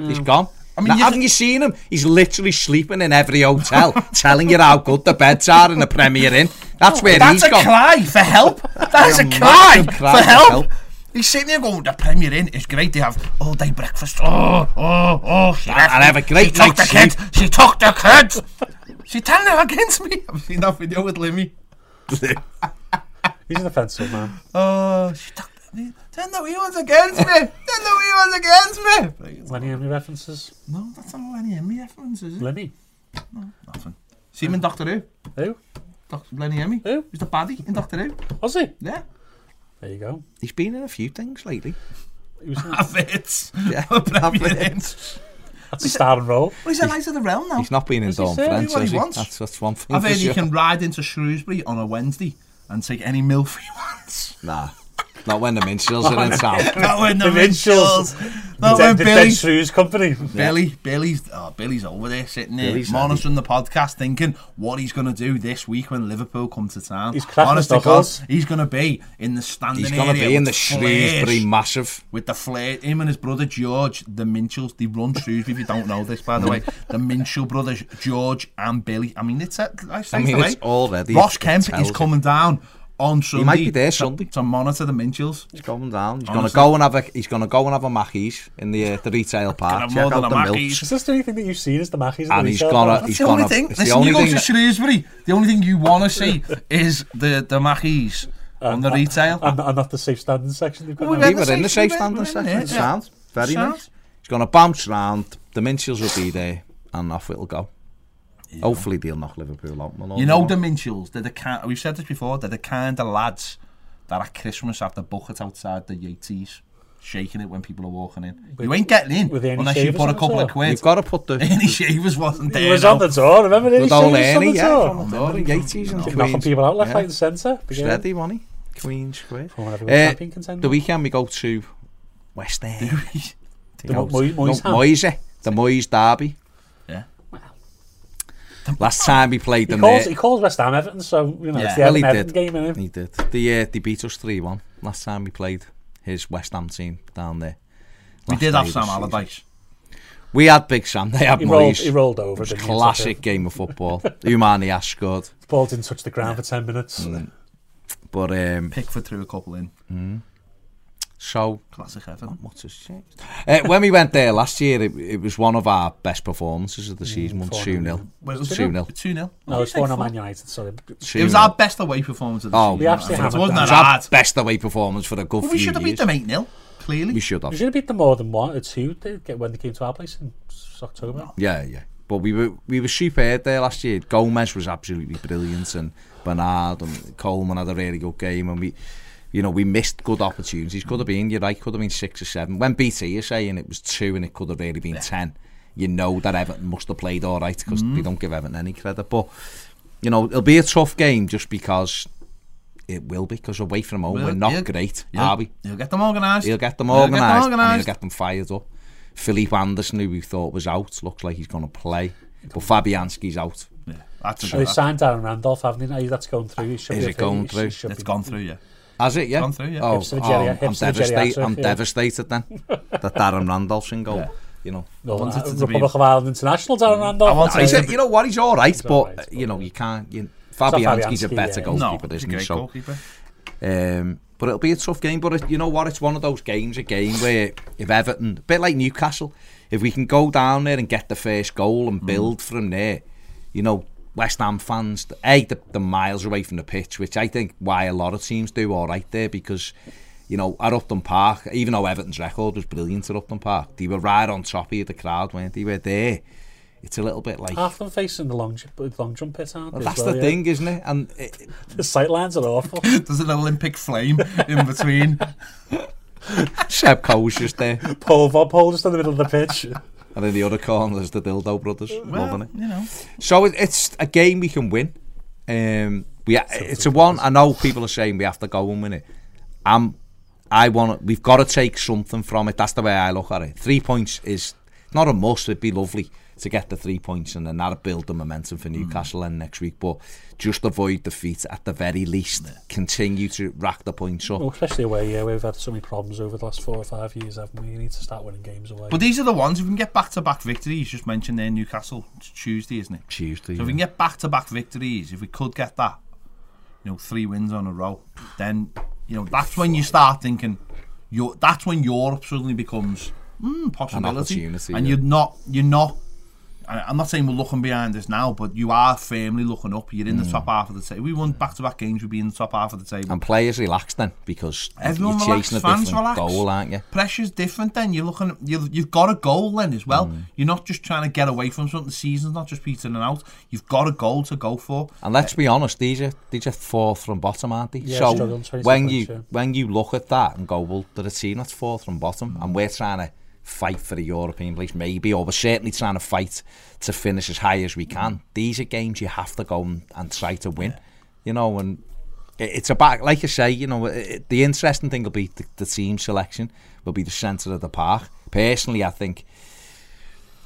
them.
He's gone. I
mean,
mean, now,
you
haven't
th-
you seen him? He's literally sleeping in every hotel, telling you how good the beds are in the Premier Inn. That's where
That's
he's
a
gone.
cry for help. That is a cry
massive cry for
for help.
help.
He's sitting there going, the Premier Inn is great. They have all day breakfast. Oh, oh, oh. She left
and
me.
have a great
She took
night's
the kids. She took the kids. She turned them against me. I've seen that video with Limmy.
he's an offensive man.
Oh, she took the... Turn the wee ones against me. Turn the wee ones against me. Like, it's-
Lenny Henry references.
No, that's not Lenny Emmy reference, is it?
Lenny.
Nothing. See him in Doctor Who.
Who?
Doctor Lenny Emmy.
Who?
He's the baddie in Doctor Who.
Was he?
Yeah.
There you go.
He's been in a few things lately.
He was in,
Have it.
Yeah,
The Premier
have it.
Inn.
that's a starring role.
Well, he's a knight of the realm now.
He's not been in
Does he
Dawn
say
French,
what he
has he?
wants?
That's, that's one thing
I've
for
heard
sure.
you can ride into Shrewsbury on a Wednesday and take any milf you want.
Nah, not when the Minchills are in town.
Not when the
Minchels.
Mitchells. Not
Dead,
when
Dead
Billy.
Shrews Company.
Billy, Billy's, oh, Billy's over there sitting there
Billy's
monitoring the podcast, thinking what he's going to do this week when Liverpool come to town.
He's cracking
Honest
the
to God,
knuckles.
he's going to be in the standing
He's going to
area
be in the
with flares,
Shrewsbury Massive.
with the flare. Him and his brother George, the Minchels, they run Shrewsbury. if you don't know this, by the way, the Minchell brothers, George and Billy. I mean, it's a, I,
I mean, it's already.
Ross
it
Kemp
tells
is
you.
coming down on Sunday.
might be there
to,
Sunday.
to monitor the Minchels.
He's coming down. He's going to
Honestly.
go and have a. He's going to go and have a Mackey's in the uh, the retail park.
have
Check
more than
out
a
the
Mackey's.
milks.
Is this the only thing that you've seen is the Mackies?
And he's gonna-
That's
He's
the only
gonna-
thing.
it's the
Listen,
only
you go
thing
to
that-
Shrewsbury. The only thing you want to see is the the Mackies on
Uh,
the retail.
And, and not the safe standing section they've got
Well,
now.
We were in the safe
We're in
standing
there,
section.
yeah.
Sound very
Sound.
nice. He's going to bounce round. The Minchills will be there, and off it'll go. Hopefully, they'll knock Liverpool out. We'll all
You know
go.
the Minchels. They're the kind. We've said this before. They're the kind of lads that at Christmas have the bucket outside the Yates. shaking it when people are walking in. you ain't getting in
with Ernie
unless you
Shavers
put a
on the
couple of
tour.
quid.
You've got to put the
Ernie Shavers wasn't there.
He was
no.
on the tour, remember? Did he
good old
say
Ernie,
he was on the
yeah,
tour?
from the door, the eighties and
Knocking
Queens.
people out left,
Yeah.
right and centre. Beginning.
Steady money, Queens Square.
Former Everton
Eh,
champion contender.
the weekend we go to West End.
The Mo- Moy-
No,
Moyes Ham.
Moyes, the Moyes derby.
Yeah.
Last time we played
He
them
calls,
there,
he calls West Ham Everton, so you know
Yeah.
it's the
uh, Well, he
Everton, Everton
did.
game in him.
he did. They, uh, they beat us 3-1 last time we played his West Ham team down there.
We
Last
did
day
have
of
Sam
the season.
Allardyce.
We had Big Sam, they had
He rolled,
Moyes.
he rolled over.
It was
didn't he, and
classic
took
game of football. Umani Ash scored.
it. Ball didn't touch the ground for ten minutes.
Mm. But um,
Pickford threw a couple in.
so
Classic
Oh,
Everton.
What's has changed? Uh, when we went there last year, it, it was one of our best performances of the
Mm,
season. Won 2 0.
Well, it was
2 0.
2 0.
No, it's one on Man United. Sorry,
It was our best away performance of the
Oh,
season.
We
absolutely
it
hammered
wasn't
them.
that
It was our
hard.
best away performance for a good
But
few
we should have
years.
beat them 8 0, clearly.
We should
we
have.
should have beat them more than one or two they- get- when they came to our place in s- October.
Yeah, yeah. But we were we were superb there last year. Gomez was absolutely brilliant, and Bernard and Coleman had a really good game, and we. You know, we missed good opportunities. Could have been, you're right, could have been six or seven. When BT are saying it was two and it could have really been ten, you know that Everton must have played all right because
Mm-hmm.
we don't give Everton any credit. But, you know, it'll be a tough game just because it will be, because away from home,
Well,
we're not
yeah.
great,
Yeah.
are we?
He'll get them organised.
He'll get them
He'll get them
organised and
organised.
he'll get them fired up. Philippe Anderson, who we thought was out, looks like he's going to play. But Fabianski's out.
Yeah, that's a
They
good that's-
signed Darren Randolph, haven't they? That's going through. He should
Is
be
it going
free. He
through?
should
It's
be-
gone through, yeah.
Has it? Yeah.
Gone through, yeah.
Oh,
Hips
of a
oh,
geri-
I'm
hips of a
devastated.
geriatric,
I'm
yeah.
devastated then. that Darren Randolph's in goal. You know.
No,
wanted it to be-
Republic of Ireland international Darren
I
Randolph.
wanted
He's
it
a, you know what? He's all right, but
all right,
uh,
but,
you know
yeah.
you can't. You,
Fabianski,
Fabianski's a better
yeah.
No,
goalkeeper,
he's a
isn't he?
great
So,
goalkeeper.
Um, but it'll be a tough game. But it, you know what? It's one of those games, a game where if Everton, a bit like Newcastle, if we can go down there and get the first goal
Hmm.
and build from there, you know, West Ham fans, A, the, the miles away from the pitch, which I think why a lot of teams do all right there because, you know, at Upton Park, even though Everton's record was brilliant at Upton Park, they were right on top of the crowd, weren't they? They were there. It's a little bit like.
Half them facing the long, ju- with long jump pit, aren't they?
that's
Ah, as well,
the
yeah.
thing, isn't it? And it,
The sight lines are awful.
There's an Olympic flame in between.
Seb Cole's just there.
Paul Von Paul just in the middle of the pitch.
And in the other corner is the Dildo Brothers. loving
well,
it.
you know.
So it, it's a game we can win. Um, we it's a one. I know people are saying we have to go and win it. I'm, I want. We've got to take something from it. That's the way I look at it. Three points is not a must. It'd be lovely to get the three points and then that'll build the momentum for Newcastle
Mm.
then next week. But just avoid defeat at the very least. Continue to rack the points up.
Oh,
Well, especially away, yeah, we've had so many problems over the last four or five years, haven't we? You need to start winning games away.
But these are the ones, if we can get back to back victories, just mentioned there, Newcastle, it's Tuesday, isn't it?
Tuesday.
So if we can get back to back victories, if we could get that, you know, three wins on a row, then you know that's when you start thinking. you that's when Europe suddenly becomes mm, possibility,
opportunity,
and
yeah.
you're not you're not. I- I'm not saying we're looking behind us now, but you are firmly looking up. You're in the top half of the table. We won back to back games. We'd be in the top half of the table.
Hmm. and players relax then because
Everyone
you're chasing
relax,
a
fans
different
relax.
goal, aren't you?
Pressure's different. Then you're looking. You've, you've got a goal then as
Hmm.
well. You're not just trying to get away from something. The season's not just petering out. You've got a goal to go for.
And let's be honest, these are these are fourth from bottom, aren't they?
Yeah,
so
struggle, 26
when
points,
you
yeah.
when you look at that and go, well, they're a team that's fourth from bottom, and we're trying to fight for the European place, maybe, or we're certainly trying to fight to finish as high as we can. These are games you have to go and, and try to win, you know. And it, it's about, like I say, you know, it, it- the interesting thing will be the, the team selection will be the centre of the park. Personally, I think.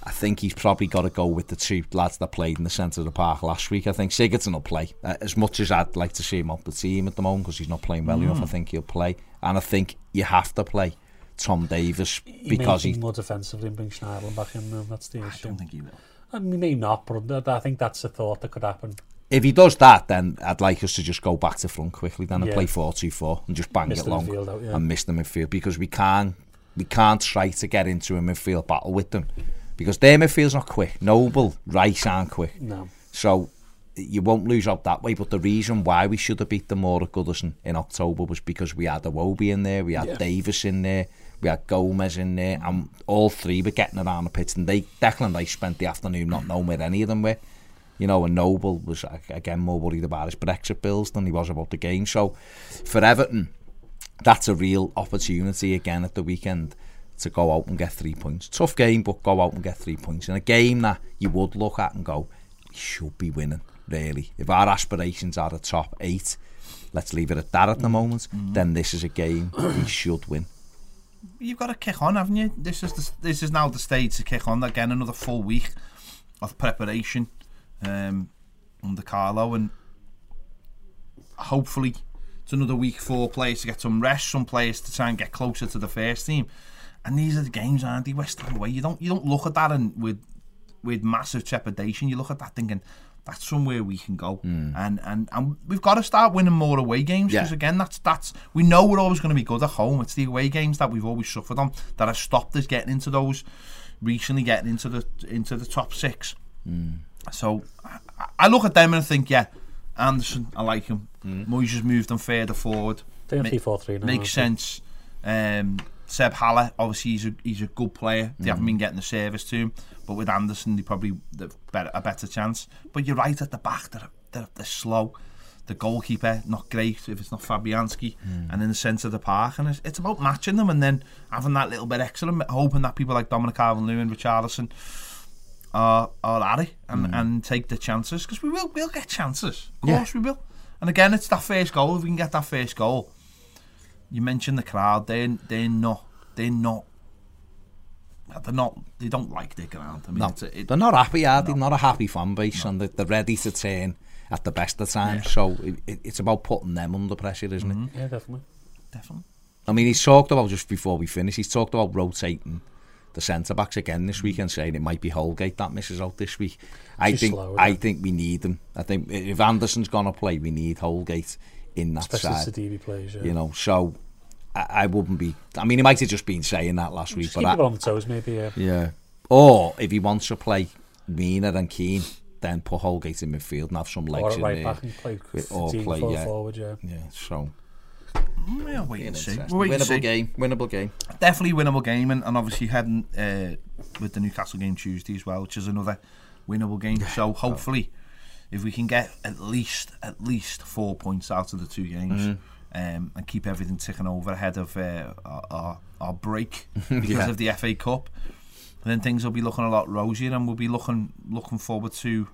I think he's probably got to go with the two lads that played in the centre of the park last week. I think Sigurdsson will play. Uh, as much as I'd like to see him off the team at the moment because he's not playing well
Mm.
enough, I think he'll play. And I think you have to play Tom Davis
he
because
may be
he.
more defensively and bring Schneiderlin back in, and that's the
I
issue.
don't think he will.
I mean, he may not, but that- I think that's a thought that could happen.
If he does that, then I'd like us to just go back to front quickly then and
Yeah.
play 4 2 4 and just bang
Miss
it
the
long
midfield out, yeah.
and miss the midfield because we can't, we can't try to get into a midfield battle with them because their midfield's not quick. Noble, Rice aren't quick.
No.
So you won't lose out that way. But the reason why we should have beat them more at Goodison in October was because we had Awobi in there, we had Davis in there, we had Gomez in there, and all three were getting around the pitch. And they, Declan Rice spent the afternoon not knowing where any of them were. You know, and Noble was ag- again more worried about his Brexit bills than he was about the game. So for Everton, that's a real opportunity again at the weekend to go out and get three points. Tough game, but go out and get three points in a game that you would look at and go, "We should be winning, really. If our aspirations are the top eight, let's leave it at that at the moment, then this is a game we should win.
you've got to kick on, haven't you? This is the, this is now the stage to kick on again. Another full week of preparation um, under Carlo, and hopefully it's another week for players to get some rest, some players to try and get closer to the first team. And these are the games, aren't they? West Ham away. You don't you don't look at that and with with massive trepidation. You look at that thinking. That's somewhere we can go, and, and and we've got to start winning more away games because
Yeah.
again, that's that's we know we're always going to be good at home. It's the away games that we've always suffered on that have stopped us getting into those recently, getting into the into the top six. So I, I look at them and I think, yeah, Anderson, I like him. Moyes has moved them further forward.
Doing
Ma-
3 4 3 now.
Makes sense. Um, Seb Haller, obviously, he's a, he's a good player. They haven't been getting the service to him, but with Anderson, they probably have better, a better chance. But you're right at the back, they're, they're, they're slow. The goalkeeper, not great if it's not Fabianski, and in the centre of the park. And it's, it's about matching them and then having that little bit extra, hoping that people like Dominic Calvin Lewin, Richarlison, are, are at it and,
Mm.
and take the chances because we will we'll get chances. Of course we will. And again, it's that first goal. If we can get that first goal, you mentioned the crowd. They they're not they're not they're not they don't like their ground. I mean,
No,
it's a, it,
they're not happy, are they? Not a happy fan base, and they're, they're ready to turn at the best of times. So it, it, it's about putting them under pressure, isn't it?
Yeah, definitely.
definitely.
I mean, he's talked about just before we finish. He's talked about rotating the centre backs again this week and saying it might be Holgate that misses out this week. I
Too
think
slow, isn't
I
it?
think we need him. I think if Anderson's gonna play, we need Holgate in that
Especially
side.
Sadibi plays, yeah.
You know, so I, I wouldn't be. I mean, he might have just been saying that last week,
Just
but
keep
I,
people on the toes, maybe. Yeah.
Yeah. Or if he wants to play meaner than Keane, then put Holgate in midfield and have some
Or
legs
at
in
right
there.
back and play
with- or
Sadibi
play,
full
yeah.
forward, yeah.
Yeah, so
We'll wait and see.
interesting.
We'll wait and
winnable
see.
game, winnable game.
Definitely winnable game, and, and obviously heading uh, with the Newcastle game Tuesday as well, which is another winnable game. So hopefully, if we can get at least at least four points out of the two games. Um, and keep everything ticking over ahead of uh, our, our, our break because
Yeah.
of the FA Cup. then things will be looking a lot rosier, and we'll be looking looking forward to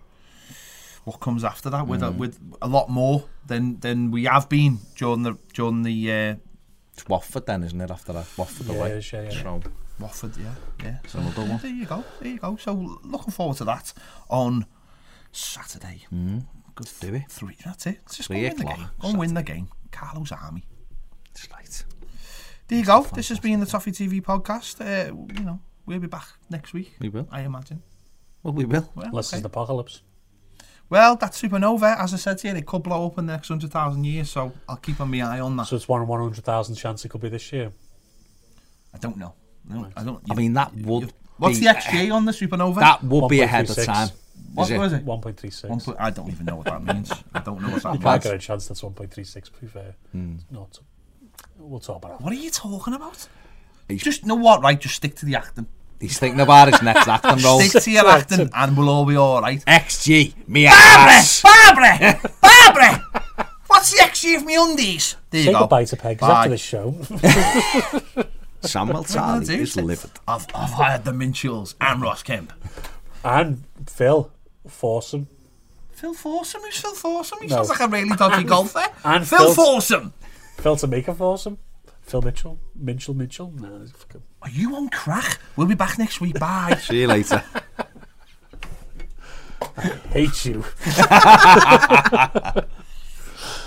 what comes after that with a, with a lot more than than we have been during the during the uh,
It's Watford then, isn't it? After that, Watford
Yeah,
away.
it is, yeah, yeah.
So
Watford, yeah, yeah. So
another one.
there you go, there you go. So looking forward to that on Saturday. Mm. Good
Do it.
Three. That's it. Just
Hmm. Three
go win the
o'clock
game. Go and win the game. Carlos Army.
It's late.
There you go. This has been the Toffee TV podcast. Uh, you know, we'll be back next week.
We will.
I imagine.
Well, we will.
Well,
Unless
okay.
it's an apocalypse.
Well, that supernova, as I said to you, it could blow up in the next 100,000 years, so I'll keep my eye on that.
So it's 1 in 100,000 chance it could be this year.
I don't know. I don't, I, don't,
I mean, that would.
what's
be,
the XG on the supernova?
That would be ahead of
1.36.
time.
what
is it?
was it? One
1.36.
point- I don't even know what that means. I don't know what that
you can't
means.
get a chance that's 1.36, to be fair.
Hmm.
It's Not. We'll talk about that.
What are you talking about?
He's-
Just know what, right? Just stick to the acting.
He's thinking about his next acting role.
Stick to your acting, and we'll all be all right.
XG, me ass.
Barbara, Barbara, what's the XG of me undies? There you
Say
go.
goodbye to Peg, 'cause
Bye.
after this show,
Samuel
What are you
Tarly
gonna do?
is livid.
I've, I've hired the Minchels and Ross Kemp.
and Phil Fawson,
Phil Fawcett, who's Phil Fawcett? He
No.
sounds like a really dodgy golfer.
and Phil's-
Phil Fawcett,
Phil Tamika Fawson, Phil Mitchell, Minchell Mitchell. No, it's fucking-
are you on crack? We'll be back next week. Bye.
See you later.
hate you.